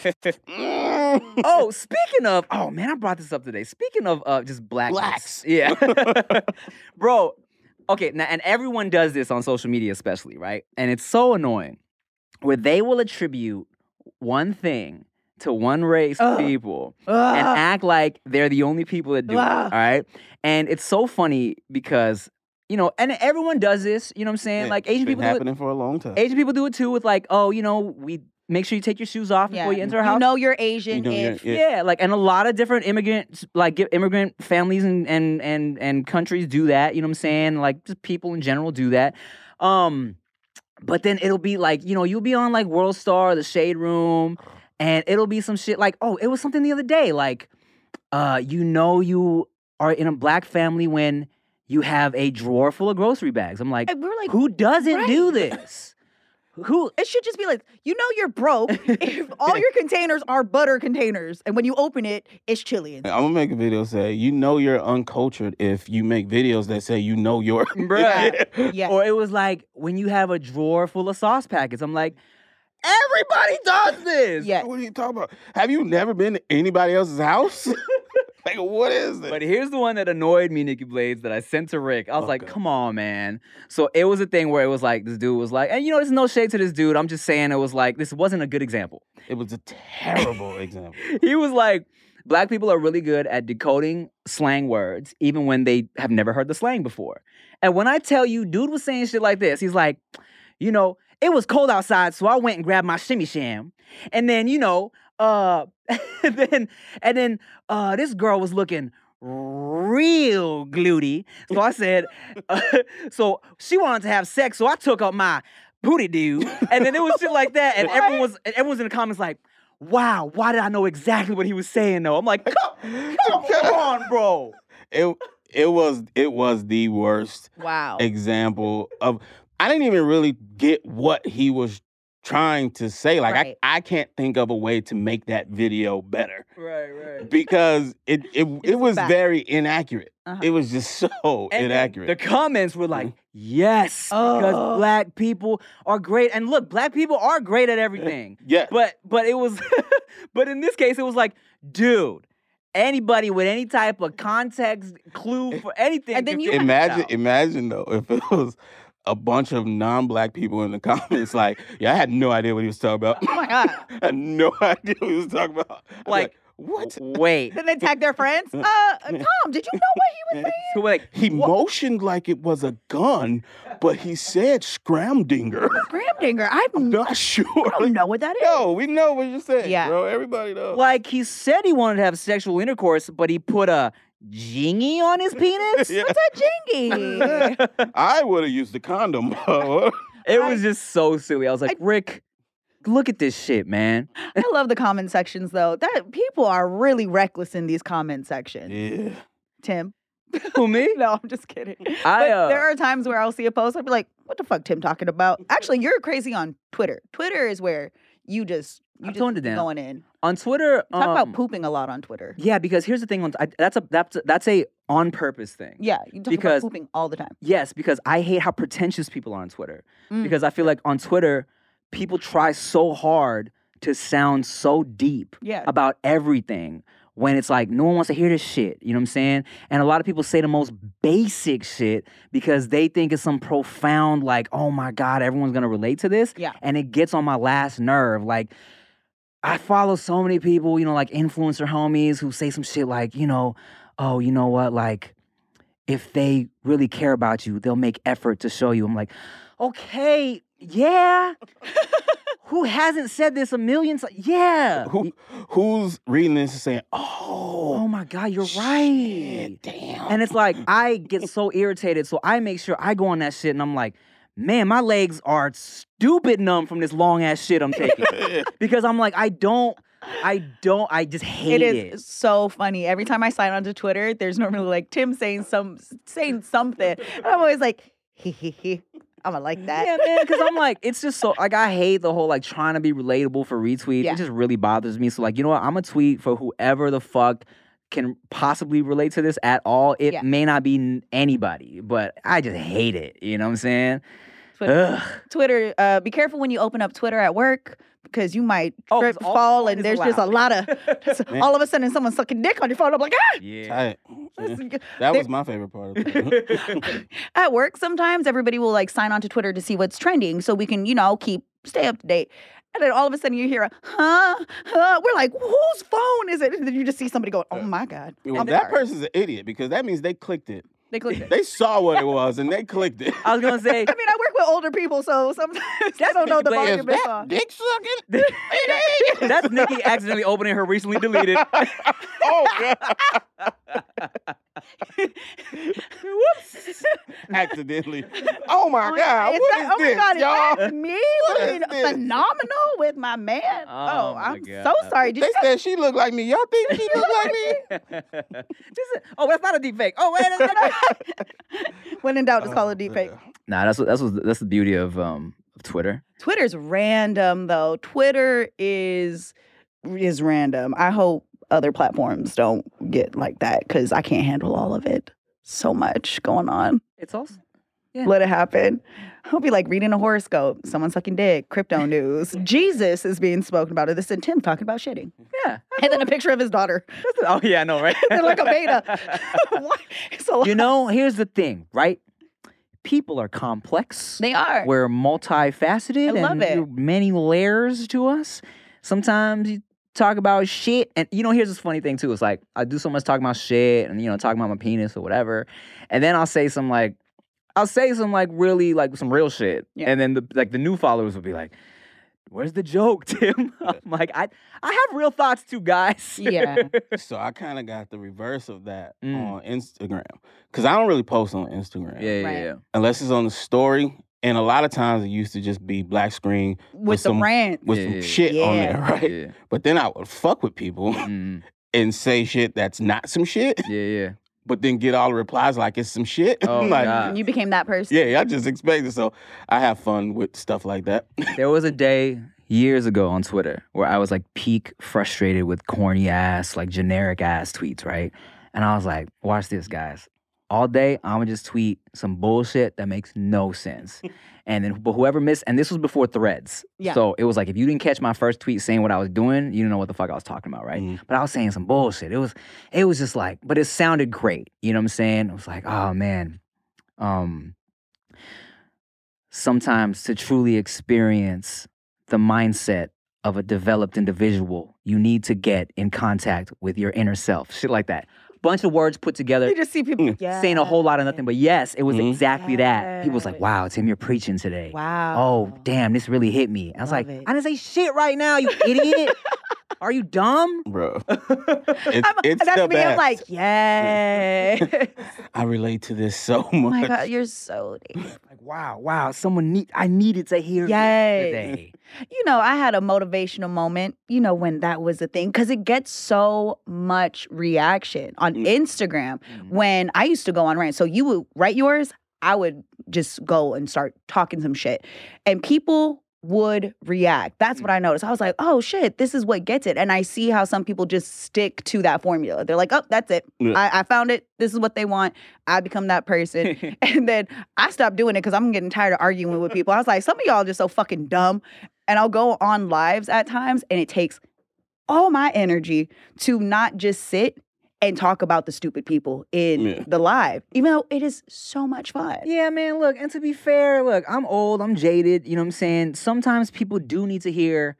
S3: (laughs) like,
S1: oh, speaking of, oh man, I brought this up today. Speaking of uh, just black
S3: Blacks.
S2: (laughs)
S1: yeah, bro. Okay, now and everyone does this on social media, especially right, and it's so annoying, where they will attribute one thing to one race of
S2: Ugh.
S1: people
S2: Ugh.
S1: and act like they're the only people that do it. All
S2: Ugh.
S1: right. And it's so funny because, you know, and everyone does this, you know what I'm saying?
S3: Yeah,
S1: like Asian
S3: been
S1: people do it.
S3: happening for a long time.
S1: Asian people do it too with like, oh, you know, we make sure you take your shoes off before
S2: Yeah.
S1: you enter our
S2: you
S1: house.
S2: know you're Asian
S3: You know, yeah,
S2: if
S3: yeah.
S1: yeah, like and a lot of different immigrant like gi- immigrant families and and and and countries do that, you know what I'm saying? Like just people in general do that. Um but then it'll be like, you know, you'll be on like World Star, the Shade Room, and it'll be some shit like, oh, it was something the other day like uh you know you are in a black family when you have a drawer full of grocery bags. I'm like,
S2: And we're like,
S1: who doesn't do
S2: right.
S1: this? Who
S2: it should just be like, you know,
S1: (laughs)
S2: you're broke if all your containers are butter containers, and when you open it, it's chili. in there.
S3: I'm gonna make a video say you know you're uncultured if you make videos that say you
S1: (laughs)
S3: know you're.
S1: Bruh.
S3: (laughs) Yeah.
S2: Yeah.
S1: Or it was like when you have a drawer full of sauce packets. I'm like, everybody does this.
S2: Yeah.
S3: What are you talking about? Have you never been to anybody
S1: (laughs)
S3: else's house? (laughs) like what is this?
S1: But here's the one that annoyed me, Nikki Blades, that I sent to Rick. I was
S3: Oh,
S1: like,
S3: God.
S1: come on, man. So it was a thing where it was like, this dude was like, and you know, there's no shade to this dude. I'm just saying it was like, this wasn't a good example. (laughs)
S3: It was a terrible example.
S1: He was like, black people are really good at decoding slang words, even when they have never heard the slang before. And when I tell you, dude was saying shit like this, he's like, you know, it was cold outside, so I went and grabbed my shimmy sham. And then, you know, uh, (laughs) and then and then uh this girl was looking real glutey. So I said, (laughs) uh, so she wanted to have sex, so I took up my booty dude. And then it was shit like that. And everyone was and everyone's in the comments like, wow, why did I know exactly what he was saying though? I'm like, (laughs) come, come on, bro.
S3: It it was it was the worst
S2: Wow.
S3: example of I didn't even really get what he was trying to say. Like
S2: Right.
S3: I, I can't think of a way to make that video better
S1: Right, right.
S3: because it it, it
S2: was
S3: was
S2: bad.
S3: very inaccurate.
S2: Uh-huh.
S3: It was just (laughs) so
S1: And then
S3: inaccurate. Mm-hmm.
S1: The comments were like, yes, because
S2: Oh.
S1: black people are great. And look, black people are great at everything.
S3: yeah.
S1: But but it was (laughs) but in this case it was like, dude, anybody with any type of context, clue for anything.
S2: And then
S1: could
S2: you
S1: figure this
S3: Eh, imagine
S1: out.
S3: imagine though if it was a bunch of non-black people in the (laughs) comments like, yeah, I had no idea what he was talking about. (laughs)
S2: Oh my god.
S3: I had no (laughs) idea what he was talking about. I'd be
S1: Like,
S3: what?
S1: (laughs) Wait.
S2: Then they tag their
S3: (laughs)
S2: friends. Uh, Tom, did you know what he was saying?
S1: So we're like,
S3: He motioned like it was a gun, but he said scramdinger.
S2: Gramdinger, I'm
S3: (laughs) Not sure.
S2: I don't know what that is.
S3: Yo, we know what you're saying,
S2: Yeah.
S3: bro. Everybody knows.
S1: like he said he wanted to have sexual intercourse, but he put a jingy on his penis.
S3: (laughs) (laughs) Yeah.
S2: What's a
S3: (laughs)
S2: jingy?
S3: I would have used the condom. (laughs) bro.
S1: (laughs) It was just so silly. I was like, Rick, look at this shit, man.
S2: (laughs) I love the comment sections though. That people are really reckless in these comment sections.
S3: yeah.
S2: Tim.
S1: Who me?
S2: (laughs) No, I'm just kidding.
S1: I,
S2: But
S1: uh,
S2: there are times where I'll see a post, I'll be like, what the fuck Tim talking about? Actually, you're crazy on Twitter. Twitter is where you just you
S1: I'm
S2: just
S1: toned it down.
S2: going in.
S1: On Twitter,
S2: Talk
S1: um,
S2: about pooping a lot on Twitter.
S1: Yeah, because here's the thing. On I, that's a that's a, that's a on purpose thing.
S2: Yeah, you talk
S1: Because-
S2: about pooping all the time.
S1: Yes, because I hate how pretentious people are on Twitter.
S2: Mm.
S1: Because I feel like on Twitter, people try so hard to sound so deep
S2: Yeah.
S1: about everything when it's like no one wants to hear this shit. You know what I'm saying? And a lot of people say the most basic shit because they think it's some profound, like, oh my God, everyone's gonna relate to this.
S2: Yeah.
S1: And it gets on my last nerve. Like, I follow so many people, you know, like influencer homies who say some shit like, you know, oh, you know what, like, if they really care about you, they'll make effort to show you. I'm like, okay,
S2: (laughs)
S1: yeah. Who hasn't said this a million times? Yeah.
S3: Who, who's reading this and saying,
S1: Oh
S3: oh,
S1: my God, you're
S3: shit,
S1: right.
S3: Damn. (laughs)
S1: And it's like, I get so irritated. So I make sure I go on that shit and I'm like, man, my legs are stupid numb from this long ass shit I'm
S2: (laughs)
S1: taking. because I'm like, I don't, I don't, I just hate
S2: It
S1: it.
S2: is so funny. Every time I sign onto Twitter, there's normally like Tim saying some saying something, and I'm always like, hee hee hee. I'm gonna like that.
S1: Yeah, man, because I'm like, it's just so like I hate the whole like trying to be relatable for retweets.
S2: Yeah.
S1: It just really bothers me. So like, you know what? I'm a tweet for whoever the fuck can possibly relate to this at all. It
S2: Yeah.
S1: may not be n- anybody, but I just hate it. You know what I'm saying?
S2: Twitter,
S1: Ugh.
S2: Twitter uh, be careful when you open up Twitter at work because you might
S1: Oh,
S2: trip,
S1: 'cause all
S2: fall,
S1: porn
S2: and
S1: is
S2: there's just a lot of.
S1: (laughs)
S3: Man.
S2: all of a sudden, someone's sucking dick on your phone. I'm like, ah!
S1: Yeah.
S3: Tight.
S2: That's-
S3: That
S2: They-
S3: was my
S2: (laughs)
S3: favorite part. Of the
S2: at work sometimes everybody will like sign on to Twitter to see what's trending so we can, you know, keep stay up to date. And then all of a sudden you hear a huh, huh. We're like, whose phone is it? And then you just see somebody going, Oh
S3: Uh,
S2: my God.
S3: (laughs) Well,
S2: I'm
S3: that
S2: sorry."
S3: person's an idiot because that means they clicked it.
S2: they clicked
S3: (laughs)
S2: it.
S3: They saw what it was and they
S2: (laughs)
S3: clicked it.
S2: Oh,
S1: I was gonna say
S2: I mean, I work with older people, so sometimes I don't know the
S1: basically-
S2: volume
S3: Is
S2: is
S3: that
S2: on.
S3: dick sucking?
S2: (laughs)
S3: It is.
S1: that's Nikki accidentally opening her recently deleted.
S3: oh
S2: (laughs)
S3: god!
S1: Whoops.
S3: Accidentally. Oh my
S2: Oh,
S3: god!
S2: is
S3: What
S2: that-
S3: is
S2: oh
S3: this,
S2: my
S3: y'all?
S2: God, is that (laughs) me
S3: What is
S2: looking
S3: this?
S2: phenomenal with my man?
S1: Oh,
S2: Oh,
S1: my
S2: I'm
S1: God.
S2: so sorry. Did
S3: They
S2: you guys-
S3: said she looked like me. Y'all think she looked
S2: (laughs)
S3: like me?
S1: This is- oh, that's not a deep fake. Oh, wait, that's not a-
S3: (laughs)
S2: (laughs) when in
S1: Oh,
S2: doubt, just call it deep fake.
S1: (laughs) nah, that's what that's what that's the beauty of um of Twitter.
S2: Twitter's random though. Twitter is is random. I hope other platforms don't get like that because I can't handle all of it. So much going
S3: (laughs)
S2: on.
S1: It's also Yeah.
S2: Let it happen. I'll be like reading a horoscope, someone sucking dick, crypto
S3: (laughs)
S2: news. Jesus is being spoken about, or this and Tim talking about shitting,
S1: yeah.
S2: and then a picture of his daughter.
S1: That's- oh yeah, I know, (laughs) right?
S2: (laughs) They're like a beta. What? so
S1: you know, here's the thing, right? People are complex.
S2: they are.
S1: We're multifaceted.
S2: I love
S1: and
S2: it.
S1: there are many layers to us. Sometimes you talk about shit, and you know, here's this funny thing too. It's like I do so much talking about shit, and you know, talking about my penis or whatever, and then I'll say some like, I'll say some like really like some real shit,
S2: Yeah.
S1: and then the like the new followers will be like. Where's the joke, (laughs) Tim? I'm like, I I have real thoughts too, guys. (laughs)
S2: Yeah.
S3: So I kind of got the reverse of that
S1: Mm.
S3: on Instagram because I don't really post on Instagram
S1: yeah, yeah,
S2: Right.
S1: yeah.
S3: unless it's on the story. And a lot of times it used to just be black screen
S2: with,
S3: with
S2: the
S3: some-
S2: rant.
S3: with
S1: Yeah.
S3: some shit on
S2: Yeah.
S3: there, (laughs) right?
S1: Yeah.
S3: But then I would fuck with people (laughs)
S1: Mm,
S3: and say shit that's not some shit, (laughs)
S1: yeah, yeah.
S3: but then get all the replies like it's some shit. (laughs)
S1: Oh,
S3: I'm like,
S1: God.
S2: You became that person.
S3: yeah, I just expected. So I have fun with stuff like that.
S1: There was a day years ago on Twitter where I was like peak frustrated with corny ass, like generic ass tweets, right? And I was like, watch this, guys. All day, I'ma just tweet some bullshit that makes no sense. and then but whoever missed, and this was before threads.
S2: Yeah.
S1: So it was like if you didn't catch my first tweet saying what I was doing, you didn't know what the fuck I was talking about,
S3: (laughs)
S1: right?
S3: Mhm.
S1: But I was saying some bullshit. It was it was just like, but it sounded great. You know what I'm saying? It was like, oh man. Um sometimes to truly experience the mindset of a developed individual, you need to get in contact with your inner self. Shit like that. Bunch of words put together,
S2: You just see people
S1: saying a whole lot of nothing, but yes, it was
S3: Mhm.
S1: exactly that. People was like,
S2: Yes.
S1: wow, Tim, you're preaching today.
S2: Wow.
S1: Oh, damn, this really hit me. I was
S2: Love
S1: like,
S2: it.
S1: I didn't say shit right now, you
S2: (laughs)
S1: idiot. Are you dumb? (laughs)
S3: Bro, it's,
S2: I'm,
S3: it's
S2: that's
S3: the
S2: me. I'm
S3: best.
S2: like, yay.
S3: I relate to this (laughs) so much.
S2: oh my (laughs) God, you're so deep.
S1: Like, wow, wow, someone need I needed to hear this
S2: Yes.
S1: today.
S2: You know, I had a motivational moment, you know, when that was a thing, because it gets so much reaction on
S3: Mm.
S2: Instagram
S1: Mm.
S2: when I used to go on rant. So you would write yours, I would just go and start talking some shit. And people would react. That's what I noticed. I was like, oh shit, this is what gets it. And I see how some people just stick to that formula. They're like, oh, that's it.
S3: Yeah.
S2: I, I found it. This is what they want. I become that person. (laughs) And then I stopped doing it because I'm getting tired of arguing with people. I was like, some of y'all just so fucking dumb. And I'll go on lives at times, and it takes all my energy to not just sit and talk about the stupid people in
S3: Yeah.
S2: the live, even though it is so much fun.
S1: Yeah, man, look, and to be fair, look, I'm old, I'm jaded, you know what I'm saying? Sometimes people do need to hear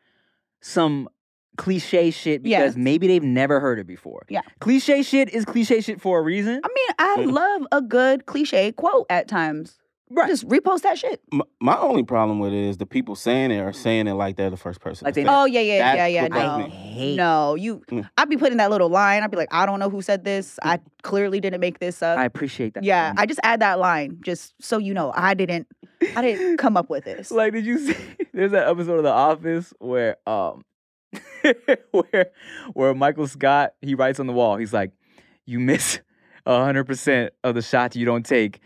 S1: some cliche shit because
S2: Yes.
S1: maybe they've never heard it before.
S2: Yeah.
S1: Cliche shit is cliche shit for a reason.
S2: I mean, I love a good cliche quote at times.
S1: Right.
S2: Just repost that shit.
S3: my, my only problem with it is the people saying
S2: Mm.
S3: it are saying it like they're the first person.
S1: Like
S3: to
S1: they
S3: say it.
S2: Oh yeah, yeah,
S3: That's
S2: yeah, yeah.
S3: what
S2: No,
S3: bothers me.
S1: hate
S2: no, you.
S3: Mm.
S2: I'd be putting that little line. I'd be like, I don't know who said this. I clearly didn't make this up.
S1: I appreciate that.
S2: Yeah, I just add that line just so you know I didn't I (laughs) didn't come up with
S1: (laughs)
S2: this.
S1: Like, did you see? There's that episode of The Office where, um, (laughs) where, where Michael Scott he writes on the wall. He's like, "You miss (laughs) hundred percent of the shots you don't take."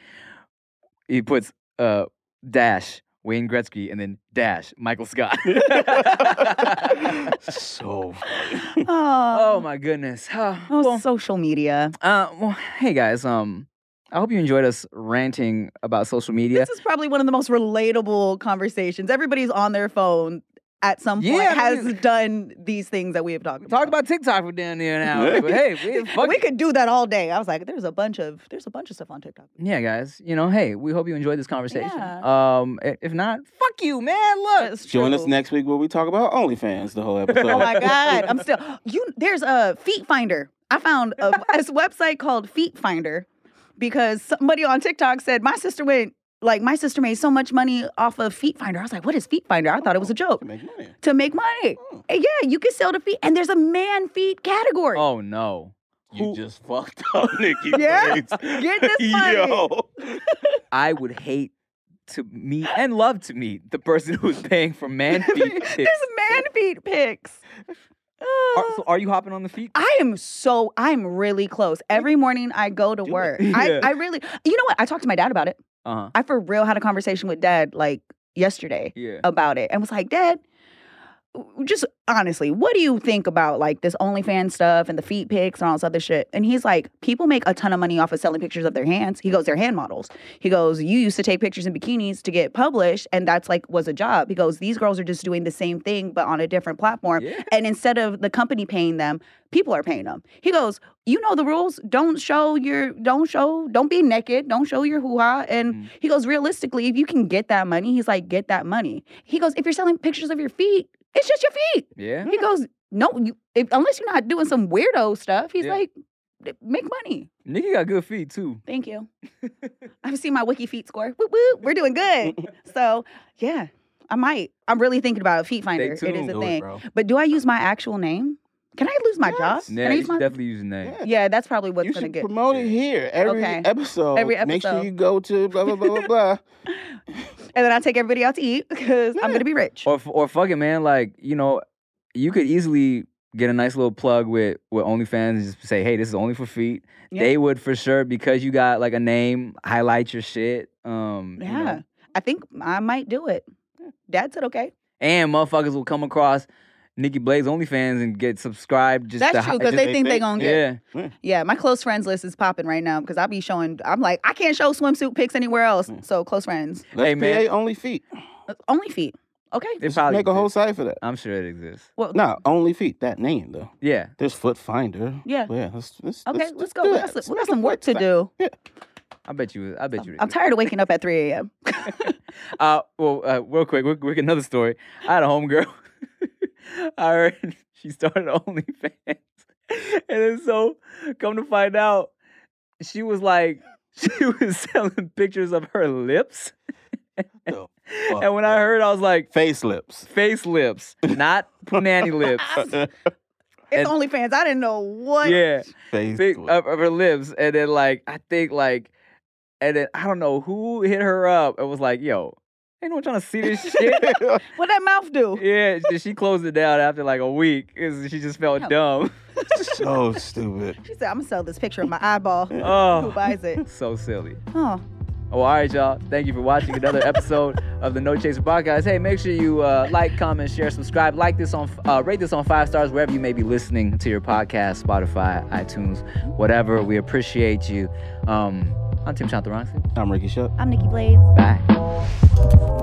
S1: He puts uh dash Wayne Gretzky and then dash Michael Scott. (laughs)
S3: (laughs) so
S2: oh,
S1: oh my goodness. (sighs)
S2: Oh,
S1: well,
S2: social media.
S1: uh, well, hey guys. Um, I hope you enjoyed us ranting about social media.
S2: This is probably one of the most relatable conversations. Everybody's on their phone at some point
S1: Yeah, I
S2: has
S1: mean-
S2: done these things that we have talked
S1: We
S2: about.
S1: Talked about TikTok for down there now.
S3: Yeah.
S1: but hey, we, fuck
S2: we
S1: it.
S2: could do that all day. I was like, there's a bunch of there's a bunch of stuff on TikTok.
S1: yeah, guys. You know, hey, we hope you enjoyed this conversation. Um, i- if not, fuck you, man. Look,
S2: That's
S3: Join us
S2: true.
S3: next week where we talk about OnlyFans the whole episode.
S2: (laughs) Oh my god, I'm still you. There's a feet finder. I found a, this website called Feet Finder because somebody on TikTok said my sister went like my sister made so much money off of Feet Finder. I was like, what is Feet Finder? I thought it was a joke
S3: To make money.
S2: to make money.
S3: Oh.
S2: And yeah, you can sell the feet, and there's a man feet category.
S1: oh no,
S3: You
S1: Who-
S3: just fucked (laughs) up, Nikki.
S2: Yeah,
S3: Blades.
S2: get this
S3: Yo.
S1: I would hate to meet and love to meet the person who's paying
S2: (laughs)
S1: for man feet.
S2: there's
S1: pics.
S2: man feet pics.
S1: Are,
S2: Uh.
S1: so are you hopping on the feet?
S2: I am so I'm really close. Every morning I go to
S3: Do it.
S1: (laughs)
S2: work.
S1: Yeah.
S2: I, I really you know what? I talked to my dad about it.
S1: Uh huh.
S2: I for real had a conversation with dad like yesterday
S1: Yeah.
S2: about it and was like, Dad, w- just honestly, what do you think about like this OnlyFans stuff and the feet pics and all this other shit? And he's like, people make a ton of money off of selling pictures of their hands. He goes, they're hand models. He goes, you used to take pictures in bikinis to get published, and that's like was a job. He goes, these girls are just doing the same thing but on a different platform.
S1: Yeah.
S2: And instead of the company paying them, people are paying them. He goes, you know the rules. Don't show your, don't show, don't be naked. Don't show your hoo ha. And
S1: Mm.
S2: he goes, realistically, if you can get that money, he's like, get that money. He goes, if you're selling pictures of your feet, it's just your feet.
S1: Yeah.
S2: He goes, no, you, if, unless you're not doing some weirdo stuff, he's
S1: Yeah.
S2: like, make money.
S1: Nikki got good feet too.
S2: Thank
S3: (laughs)
S2: you. I've seen my wiki feet score. Woo woo, we're doing good.
S3: (laughs)
S2: so yeah, I might. I'm really thinking about a feet finder. It is
S1: tuned.
S2: a
S3: Do
S2: thing.
S3: it, bro.
S2: But do I use my actual name? Can I lose my job?
S3: Yes.
S2: Can
S1: Yeah,
S2: I
S1: you
S2: use
S1: should
S2: my?
S1: definitely use the name.
S3: Yeah.
S2: Yeah, that's probably what's
S3: you
S2: gonna
S3: should
S2: get.
S3: promote it here every
S2: Okay.
S3: episode.
S2: Every
S3: Make sure
S2: episode.
S3: you go to blah blah blah blah
S2: (laughs)
S3: blah.
S2: (laughs) and then I take everybody out to eat because I'm
S3: Yeah.
S2: gonna be rich.
S1: Or f- or fuck it, man. Like you know, you could easily get a nice little plug with with OnlyFans and just say, hey, this is only for feet.
S2: Yeah.
S1: They would for sure because you got like a name, highlight your shit. Um, you
S2: yeah,
S1: know.
S2: I think I might do it. Dad said okay.
S1: and motherfuckers will come across Nikki Blaze OnlyFans and get subscribed. Just to
S2: that's
S1: hi-
S2: true because
S3: did
S2: they,
S3: they
S2: think they
S3: think-
S2: gonna
S1: yeah.
S2: get. Yeah. my close friends list is popping right now because I be showing. I'm like, I can't show swimsuit pics anywhere else.
S3: Mm.
S2: So close friends, uh,
S3: Let's
S1: Hey, man.
S3: create Only Feet.
S2: only feet. Okay.
S1: it probably
S3: Make a whole
S1: exists.
S3: site for that.
S1: I'm sure it exists.
S2: Well,
S3: No, Only Feet. That name though.
S1: Yeah,
S3: There's Foot Finder.
S2: Yeah.
S3: Yeah. Let's, let's,
S2: Okay, let's, go.
S3: do
S2: We
S3: that.
S2: got, some,
S3: Let's
S2: we
S3: make
S2: got
S3: a
S2: some work to
S3: website.
S2: do.
S1: I bet you. I bet you. it
S2: I'm
S1: exists.
S2: tired of waking up at 3 a.m.
S1: Uh, well, uh, real quick, real quick, another story. I had a homegirl. (laughs) I heard (laughs) she started OnlyFans, and then so come to find out, she was like, (laughs) she was selling pictures of her lips.
S3: The
S1: (laughs) and when I
S3: fuck?
S1: heard, I was like,
S3: Face lips.
S1: face lips,
S3: (laughs)
S1: not punani lips.
S2: It's
S1: And-
S2: OnlyFans. I didn't know what.
S1: Yeah,
S3: Face
S1: big
S3: lips.
S1: of, of her lips, and then like I think like, and then I don't know who hit her up and was like, "Yo, ain't no one trying to see
S3: (laughs)
S1: this shit."
S2: What that mouth do?
S1: (laughs) Yeah, she- she closed it down after like a week. 'cause She just felt
S2: No.
S1: dumb. (laughs)
S3: (laughs) so stupid.
S2: She said, I'm gonna sell this picture of my eyeball. Who
S1: Oh,
S2: buys it?
S1: so silly.
S2: Oh,
S1: Oh, all right, y'all. Thank you for watching another episode of the No Chaser Podcast. Hey, make sure you uh, like, comment, share, subscribe. Like this on, uh, rate this on five stars wherever you may be listening to your podcast, Spotify, iTunes, whatever. We appreciate you. Um, I'm Tim Chantharongson.
S3: I'm Ricky Shuck.
S2: I'm Nikki Blades.
S1: Bye.